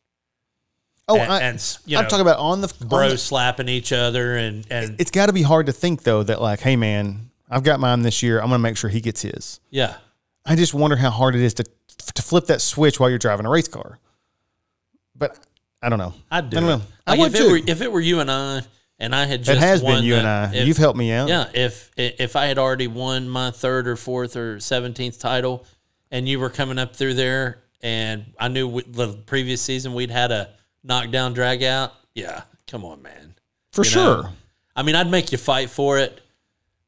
Oh,
And-
I,
and, you
I'm
know,
talking about on the on
Bros
the-
slapping each other and, and
it's got to be hard to think though that like, hey man, I've got mine this year. I'm gonna make sure he gets his.
yeah.
I just wonder how hard it is to to flip that switch while you're driving a race car. But I don't know.
I'd do
I
it.
don't know. I
Like,
would
if it, were,
too.
if it were you and I, and I had just
It has
won
been you
the-
and I.
if-
You've helped me out.
Yeah, if if I had already won my third or fourth or seventeenth title, and you were coming up through there, and I knew we, the previous season we'd had a knockdown drag out. Yeah, come on, man.
for
You
sure.
know? I mean, I'd make you fight for it,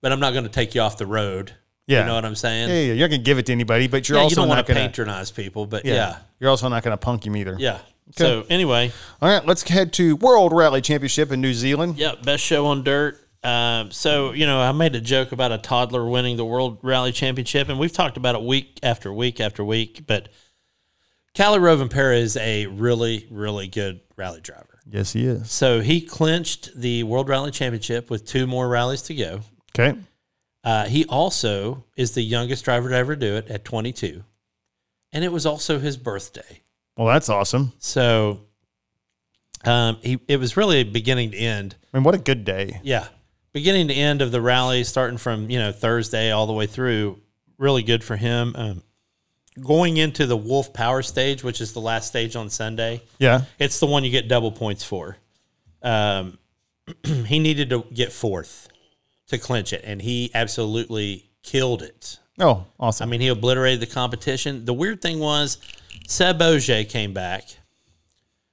but I'm not going to take you off the road.
Yeah.
you know what I'm saying.
Yeah, yeah, yeah. you're not gonna give it to anybody, but you're
Yeah,
also
you don't
not
want to
gonna.
patronize people, but
yeah.
yeah,
you're also not gonna punk him either.
yeah. So anyway,
All right, let's head to World Rally Championship in New Zealand.
Yeah, best show on dirt. Um, so you know, I made a joke about a toddler winning the World Rally Championship, and we've talked about it week after week after week. But Cali Rovanpera is a really, really good rally driver.
Yes, he is.
So he clinched the World Rally Championship with two more rallies to go.
Okay.
Uh, he also is the youngest driver to ever do it at 22, and it was also his birthday.
Well, that's awesome.
So um, he it was really beginning to end.
I mean, what a good day.
Yeah. Beginning to end of the rally, starting from, you know, Thursday all the way through, really good for him. Um, going into the Wolf Power stage, which is the last stage on Sunday,
Yeah.
it's the one you get double points for. Um, he needed to get fourth to clinch it, and he absolutely killed it.
Oh,
I
awesome.
mean, he obliterated the competition. The weird thing was, Seb Ogier came back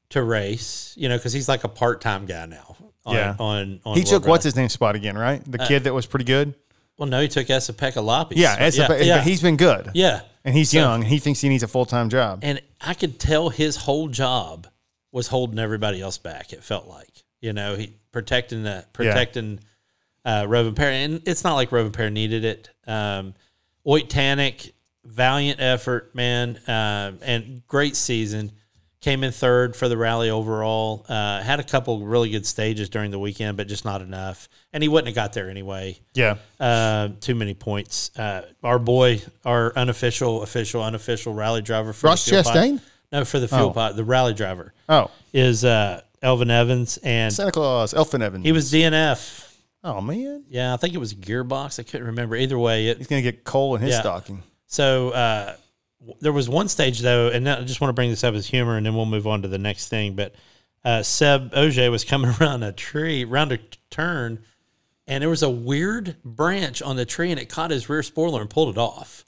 to race, you know, because he's like a part time guy now. On,
Yeah.
on, on
he
World
took
Rally.
what's his name spot again, right? The kid that was pretty good.
Well, no, he took Esapekka Lapis.
Yeah, it's
yeah,
a,
yeah,
he's been good.
yeah.
and he's young. And he thinks he needs a full time job.
And I could tell his whole job was holding everybody else back. It felt like you know he protecting the protecting uh, Rovan Perry, and it's not like Rovan Perry needed it. Um, Oit Tanik, valiant effort, man, um, and great season. Came in third for the rally overall. Uh, had a couple really good stages during the weekend, but just not enough. And he wouldn't have got there anyway.
yeah,
Uh, too many points. Uh, our boy, our unofficial, official, unofficial rally driver for
Ross
the fuel pot-
Chastain?
No, for the fuel
Oh.
pot, the rally driver
Oh,
is uh, Elvin Evans, and
Santa Claus, Elfin Evans.
he was DNF.
oh man,
Yeah, I think it was gearbox. I couldn't remember. Either way, it
he's gonna get coal in his
Yeah.
stocking.
So uh, w- there was one stage though, and I just want to bring this up as humor, and then we'll move on to the next thing. But uh, Seb Oje was coming around a tree, around a t- turn, and there was a weird branch on the tree, and it caught his rear spoiler and pulled it off.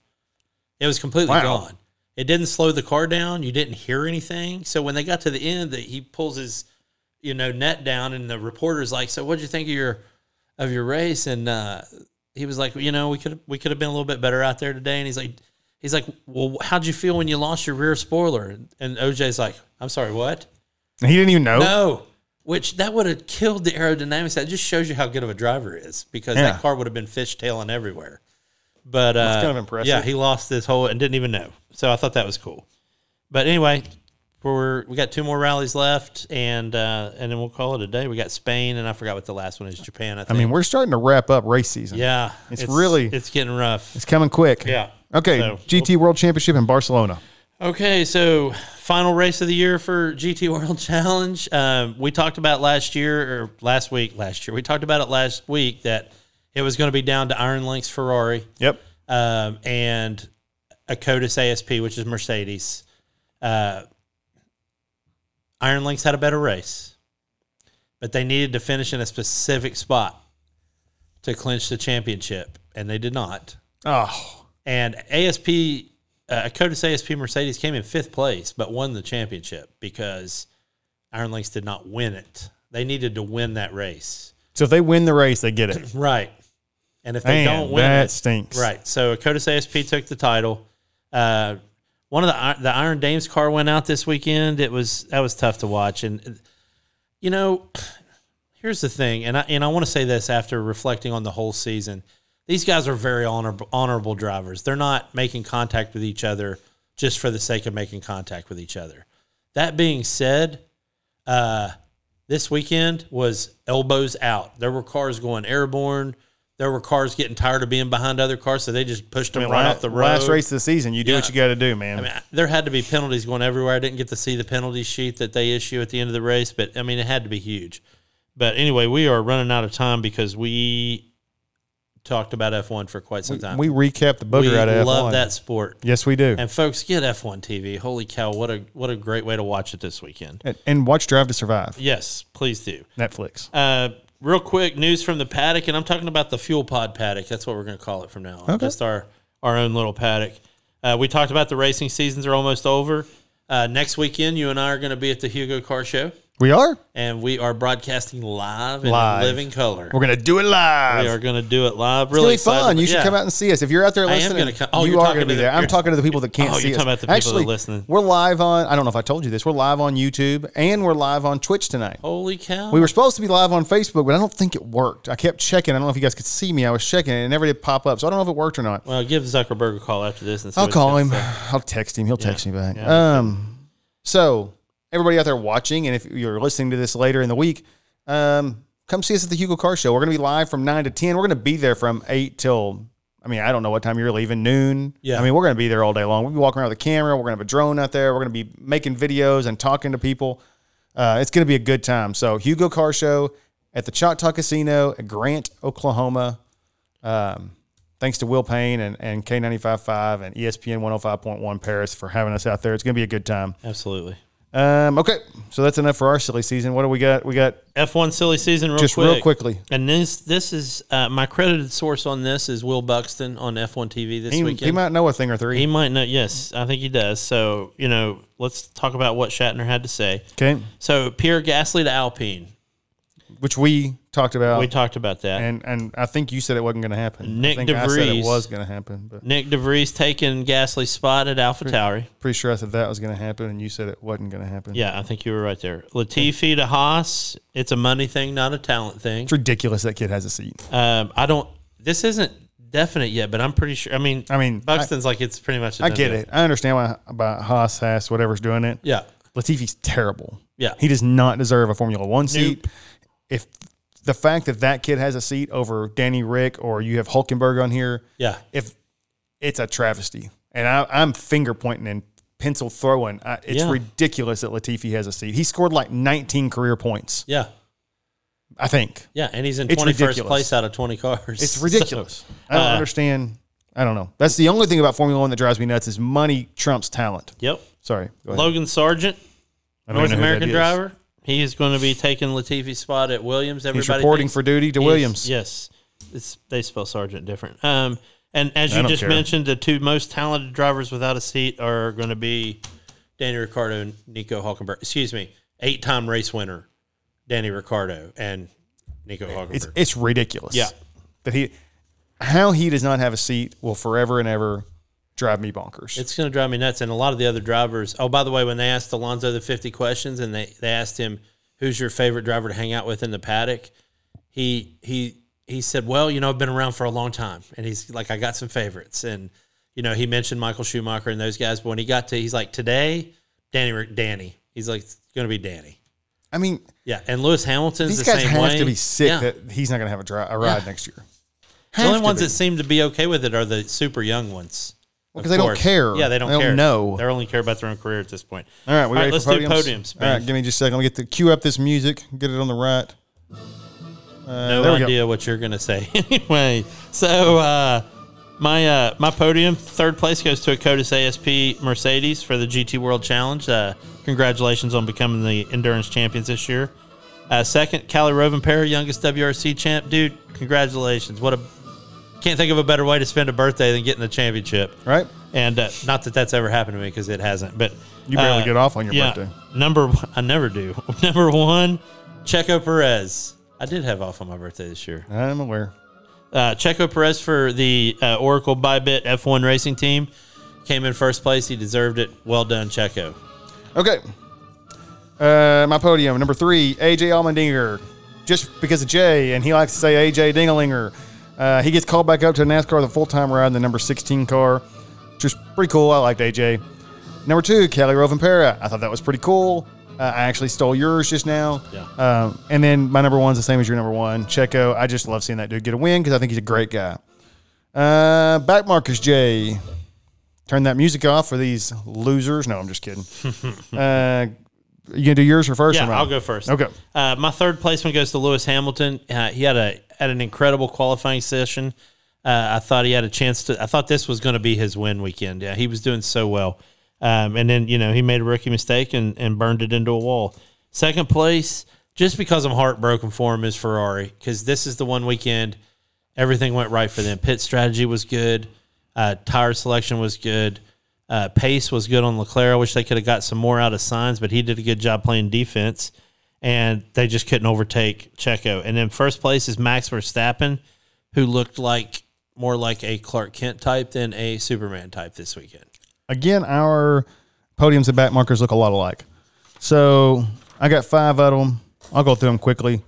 It was completely
Wow.
gone. It didn't slow the car down. You didn't hear anything. So when they got to the end, that he pulls his, you know, net down, and the reporter's like, "So what'd you think of your, of your race?" And uh, he was like, you know, we could we could have been a little bit better out there today. And he's like, he's like, well, how'd you feel when you lost your rear spoiler? And OJ's like, I'm sorry, what?
And he didn't even know.
No, which that would have killed the aerodynamics. That just shows you how good of a driver he is because
Yeah.
that car would have been fishtailing everywhere. But uh,
kind of impressive.
Yeah, he lost this whole and didn't even know. So I thought that was cool. But anyway, we're we got two more rallies left, and uh, and then we'll call it a day. We got Spain, and I forgot what the last one is. Japan, I
I
think.
mean, we're starting to wrap up race season.
yeah,
it's really-
it's getting rough.
it's coming quick.
Yeah.
Okay,
So-
GT World Championship in Barcelona.
Okay, so final race of the year for GT World Challenge. Um, we talked about last year or last week, last year. We talked about it last week that it was going to be down to Iron Links Ferrari
Yep.
um, and a Codis ASP, which is Mercedes. Uh, Iron Links had a better race, but they needed to finish in a specific spot to clinch the championship, and they did not.
Oh,
And ASP, uh, Codis ASP Mercedes came in fifth place, but won the championship because Iron Links did not win it. They needed to win that race.
So if they win the race, they get it.
Right. And if they
Man,
don't win
that
it,
stinks.
Right. So Codas ASP took the title. Uh, one of the Ir- the Iron Dames car went out this weekend. It was that was tough to watch. And you know, here's the thing, and I and I want to say this after reflecting on the whole season. These guys are very honorable honorable drivers. They're not making contact with each other just for the sake of making contact with each other. That being said, uh, this weekend was elbows out. There were cars going airborne. There were cars getting tired of being behind other cars, so they just pushed them
I mean,
right
la-
off the road.
Last race of the season, you do
Yeah.
what you got to do, man.
I mean, I- there had to be penalties going everywhere. I didn't get to see the penalty sheet that they issue at the end of the race, but I mean, it had to be huge. But anyway, we are running out of time because we talked about F1 for quite some time.
we recap the booger
We
out of
love
F1.
that sport.
Yes, we do.
And folks, get F1 TV. Holy cow, what a what a great way to watch it this weekend.
And, and watch Drive to Survive.
Yes, please do.
Netflix.
Uh, real quick news from the paddock, and I'm talking about the fuel pod paddock. That's what we're going to call it from now on. Just our our own little paddock. Uh, we talked about the racing seasons are almost over. Uh, next weekend, you and I are going to be at the Hugo Car Show,
We are.
and we are broadcasting live in
Live.
living color.
We're gonna do it live.
We are going to do it live.
It's
Really
gonna be fun.
excited.
You should
Yeah.
come out and see us. If you're out there
am
listening,
gonna come- oh,
you
you're
are
talking
going to
to
be
the-
there. I'm
you're-
talking to the people that can't
Oh, you're
see us.
talking about the people that are
Actually,
listening.
We're live on. I don't know if I told you this. We're live on YouTube and we're live on Twitch tonight.
Holy cow!
We were supposed to be live on Facebook, but I don't think it worked. I kept checking. I don't know if you guys could see me. I was checking, and it never did pop up. So I don't know if it worked or not.
well, give Zuckerberg a call after this. And see
I'll
what he
call
has
him.
to say.
I'll text him. He'll text me back. um, so everybody out there watching, and if you're listening to this later in the week, um, come see us at the Hugo Car Show. We're gonna be live from nine to ten. We're gonna be there from eight till. I mean, I don't know what time you're leaving. Noon.
Yeah.
I mean, we're gonna be there all day long. We'll be walking around with a camera. We're gonna have a drone out there. We're gonna be making videos and talking to people. Uh, it's gonna be a good time. So Hugo Car Show at the Choctaw Casino at Grant, Oklahoma. Um, thanks to Will Payne and, and K95.5 and E ESPN 105.1 Paris for having us out there. It's going to be a good time.
Absolutely.
Um, okay, so that's enough for our silly season. What do we got? We got
F1 silly season. Real
just
quick.
real quickly.
And this this is uh, my credited source on this is Will Buxton on F1 TV this
He,
weekend.
he might know a thing or three.
He might not. Yes, I think he does. So you know, let's talk about what Shatner had to say.
okay,
So Pierre Gasly to Alpine.
which we talked about,
We talked about that.
Oh. and and I think you said it wasn't going to happen.
Nick
I think I said
DeVries.
it was going to happen, but
Nick DeVries taking Gasly's spot at AlphaTauri.
pretty sure I said that was going to happen, and you said it wasn't going to happen.
Yeah, I think you were right there. Latifi to Haas. It's a money thing, not a talent thing.
it's ridiculous that kid has a seat.
Um, I don't. This isn't definite yet, but I'm pretty sure. I mean,
I mean,
Buxton's like it's pretty much. a
I
done
get
deal.
it. I understand why about Haas, Haas, whatever's doing it.
Yeah.
Latifi's terrible.
Yeah.
He does not deserve a Formula One seat. If the fact that that kid has a seat over Danny Rick or you have Hulkenberg on here,
Yeah.
if it's a travesty, and I, I'm finger pointing and pencil throwing, I, it's
Yeah.
ridiculous that Latifi has a seat. He scored like 19 career points,
Yeah.
I think.
Yeah, and he's in
It's
twenty first
ridiculous.
place out of twenty cars.
It's
So,
ridiculous. I don't
uh,
understand. I don't know. That's the only thing about Formula One that drives me nuts is money trumps talent.
yep.
Sorry. Go ahead.
Logan Sargent,
I don't
North
even know who
American
that is.
driver. He is going to be taking Latifi's spot at Williams. Everybody
He's reporting
thinks
for duty to
he's-
Williams.
Yes, it's they spell Sargent different. Um, and as you
don't
just
care.
mentioned, the two most talented drivers without a seat are going to be Danny Ricardo and Nico Hulkenberg. Excuse me, eight time race winner Danny Ricardo and Nico Hulkenberg.
It's it's ridiculous.
Yeah.
That he how he does not have a seat will forever and ever drive me bonkers.
It's going to drive me nuts. And a lot of the other drivers. Oh, by the way, when they asked Alonso the 50 questions and they, they asked him, who's your favorite driver to hang out with in the paddock? He, he, he said, well, you know, I've been around for a long time. And he's like, I got some favorites. And, you know, he mentioned Michael Schumacher and those guys. But when he got to, he's like, today, Danny, Danny. He's like, it's going to be Danny.
I mean,
Yeah. And Lewis Hamilton's
these
the
guys
same
have
way.
to be sick
Yeah.
that he's not going to have a, dri- a ride next year.
the only ones
be.
that seem to be okay with it are the super young ones.
Because they
Of
don't
course.
care.
Yeah, they don't
They don't
care.
know.
They only care about their own career at this point.
All right, we ready
let's
for
do
podiums?
podiums.
All
man.
right, give me just a second. Let me get the cue up this music. Get it on the right.
no
there we go.
idea what you're gonna say. anyway, so uh, my uh, my podium third place goes to a Codas ASP Mercedes for the GT World Challenge. Uh, congratulations on becoming the endurance champions this year. Uh, second, Cali Rovanpera, youngest WRC champ, dude. Congratulations! What a can't think of a better way to spend a birthday than getting the championship.
Right?
And uh, not that that's ever happened to me because it hasn't. But
You barely
uh,
get off on your
yeah,
birthday.
Number I never do. Number one, Checo Perez. I did have off on my birthday this year.
I'm aware.
Uh, Checo Perez for the uh, Oracle Bybit F1 Racing Team came in first place. He deserved it. Well done, Checo.
Okay. Uh, my podium number three, AJ Allmendinger, just because of Jay, and he likes to say AJ Dingalinger. Uh, he gets called back up to NASCAR the full time ride in the number 16 car, which was pretty cool. I liked AJ. Number two, Kelly Rovenpera. I thought that was pretty cool. Uh, I actually stole yours just now.
Yeah.
Um, and then my number one's the same as your number one, Checo. I just love seeing that dude get a win because I think he's a great guy. Uh, back Marcus J. Turn that music off for these losers. No, I'm just kidding. Uh, you gonna do yours or first? or
Yeah,
mine?
I'll go first.
Okay.
Uh, my third placement goes to Lewis Hamilton. Uh, he had a had an incredible qualifying session. Uh, I thought he had a chance to. I thought this was going to be his win weekend. Yeah, he was doing so well. Um, and then you know he made a rookie mistake and and burned it into a wall. Second place, just because I'm heartbroken for him is Ferrari because this is the one weekend everything went right for them. Pit strategy was good. Uh, tire selection was good. Uh, pace was good on Leclerc. I wish they could have got some more out of signs, but he did a good job playing defense, and they just couldn't overtake Checo. And then first place is Max Verstappen, who looked like more like a Clark Kent type than a Superman type this weekend.
Again, our podiums and back markers look a lot alike. So I got five of them. I'll go through them quickly.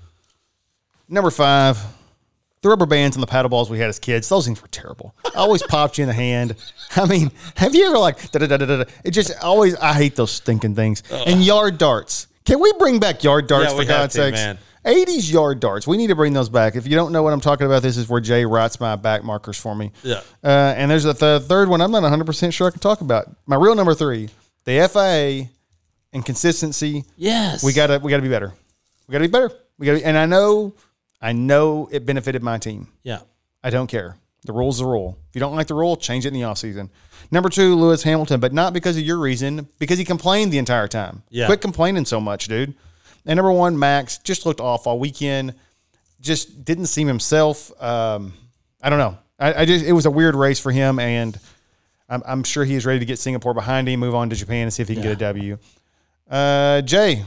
Number five, the rubber bands and the paddle balls we had as kids. Those things were terrible. Always popped you in the hand. I mean, have you ever like da da da da da? It just always. I hate those stinking things. And yard darts. Can we bring back yard darts
Yeah,
for
we have
God's
to,
sakes?
man.
80s yard darts. We need to bring those back. If you don't know what I'm talking about, this is where Jay writes my back markers for me.
Yeah.
Uh, and there's a th- third one I'm not 100% sure I can talk about. My real number three, the FIA and consistency.
Yes,
We gotta we gotta be better. We gotta be better. We gotta. Be, and I know, I know it benefited my team.
yeah.
I don't care. The rule's the rule. If you don't like the rule, change it in the offseason. Number two, Lewis Hamilton, but not because of your reason, because he complained the entire time.
Yeah.
Quit complaining so much, dude. And number one, Max just looked off all weekend. Just didn't seem himself. Um, I don't know. I, I just it was a weird race for him, and I'm, I'm sure he is ready to get Singapore behind him, move on to Japan, and see if he can get a W. Uh, Jay,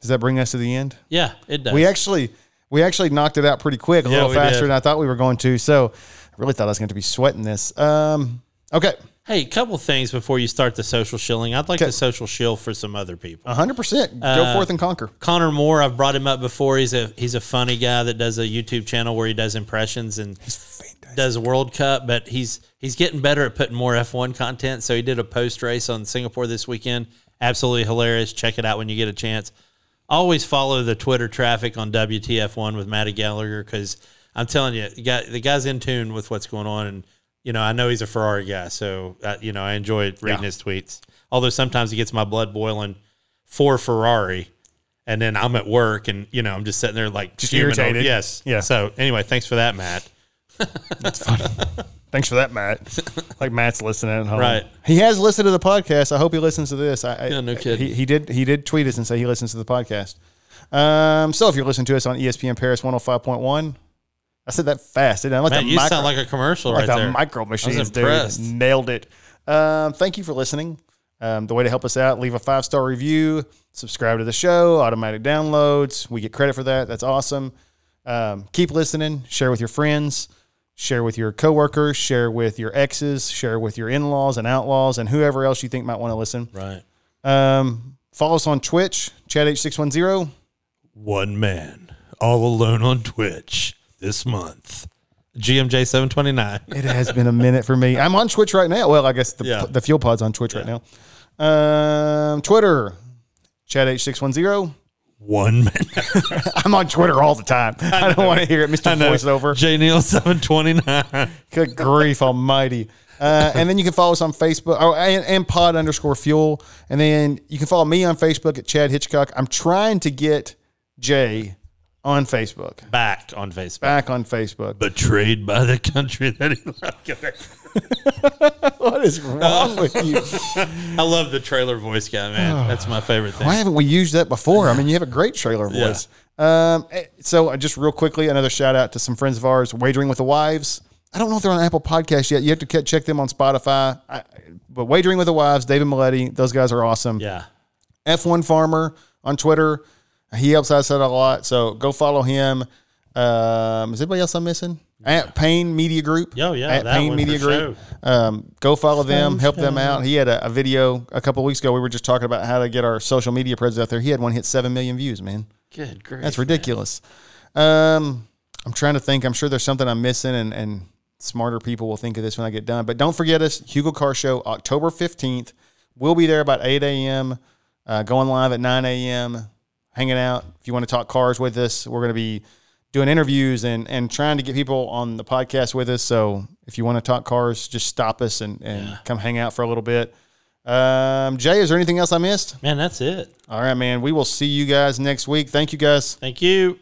does that bring us to the end?
Yeah, it does.
We actually we actually knocked it out pretty quick, a
Yeah,
little
we
faster
did.
than I thought we were going to. So I really thought I was going to be sweating this. Um, okay,
hey, a couple things before you start the social shilling. I'd like
Okay.
to social shill for some other people.
hundred percent. Go
Uh,
forth and conquer.
Connor Moore, I've brought him up before. He's a he's a funny guy that does a YouTube channel where he does impressions and does World Cup, but he's he's getting better at putting more F1 content. So he did a post race on Singapore this weekend. Absolutely hilarious. Check it out when you get a chance. Always follow the Twitter traffic on WTF1 with Matty Gallagher because I'm telling you, the, guy, the guy's in tune with what's going on, and you know I know he's a Ferrari guy, so uh, you know I enjoy reading his tweets. Although sometimes he gets my blood boiling for Ferrari, and then I'm at work, and you know I'm just sitting there like
Just
fuming over-
irritated.
Yes,
Yeah.
So anyway, thanks for that, Matt.
Thanks for that, Matt. like Matt's listening at home.
Right.
He has listened to the podcast. I hope he listens to this. I, I-
Yeah, no kidding.
He, he did. He did tweet us and say he listens to the podcast. Um, so if you're listening to us on ESPN Paris 105.1, I said that fast. Didn't I? Like
Matt,
a
you
micro-
sound like a commercial
like
right
the
there.
micro machines, dude.
impressed.
Nailed it. Um, thank you for listening. Um, the way to help us out, leave a five star review, subscribe to the show, automatic downloads. We get credit for that. That's awesome. Um, keep listening. Share with your friends. Share with your coworkers. Share with your exes. Share with your in laws and outlaws and whoever else you think might want to listen.
right.
Um, follow us on Twitch, ChatH610.
One man, all alone on Twitch this month. GMJ seven twenty nine.
It has been a minute for me. I'm on Twitch right now. Well, I guess the,
Yeah.
the fuel pod's on Twitch right now. Um, Twitter, Chad H610.
One man.
I'm on Twitter all the time. I, don't want to hear it, Mr. Voiceover.
J Neal seven twenty nine.
Good grief almighty. Uh, and then you can follow us on Facebook oh, and, and pod underscore fuel. And then you can follow me on Facebook at Chad Hitchcock. I'm trying to get Jay on Facebook,
Back on Facebook.
back on Facebook.
Betrayed by the country that he loved.
What is wrong with you?
I love the trailer voice guy, man. That's my favorite thing.
Why haven't we used that before? I mean, you have a great trailer
Yeah.
voice. Um, eh, so uh, just real quickly, another shout out to some friends of ours, Wagering with the Wives. I don't know if they're on Apple Podcast yet. You have to ke- check them on Spotify. I, but Wagering with the Wives, David Maletti, those guys are awesome.
Yeah.
F1 Farmer on Twitter. He helps us out a lot. So go follow him. Um, is anybody else I'm missing? At Payne Media Group.
Yo, yeah,
At
that
Payne
one
Media
for
Group. Um, go follow them. Help them out. He had a, a video a couple weeks ago. We were just talking about how to get our social media presence out there. He had one hit seven million views. Man,
Good grief.
that's ridiculous. Um, I'm trying to think. I'm sure there's something I'm missing, and, and smarter people will think of this when I get done. But don't forget us, Hugo Car Show, October 15th. We'll be there about 8 a.m., uh, going live at 9 a.m., hanging out. If you want to talk cars with us, we're going to be doing interviews and, and trying to get people on the podcast with us. So if you want to talk cars, just stop us and, and come hang out for a little bit. Um, Jay, is there anything else I missed?
Man, that's it.
All right, man. We will see you guys next week. Thank you guys.
Thank you.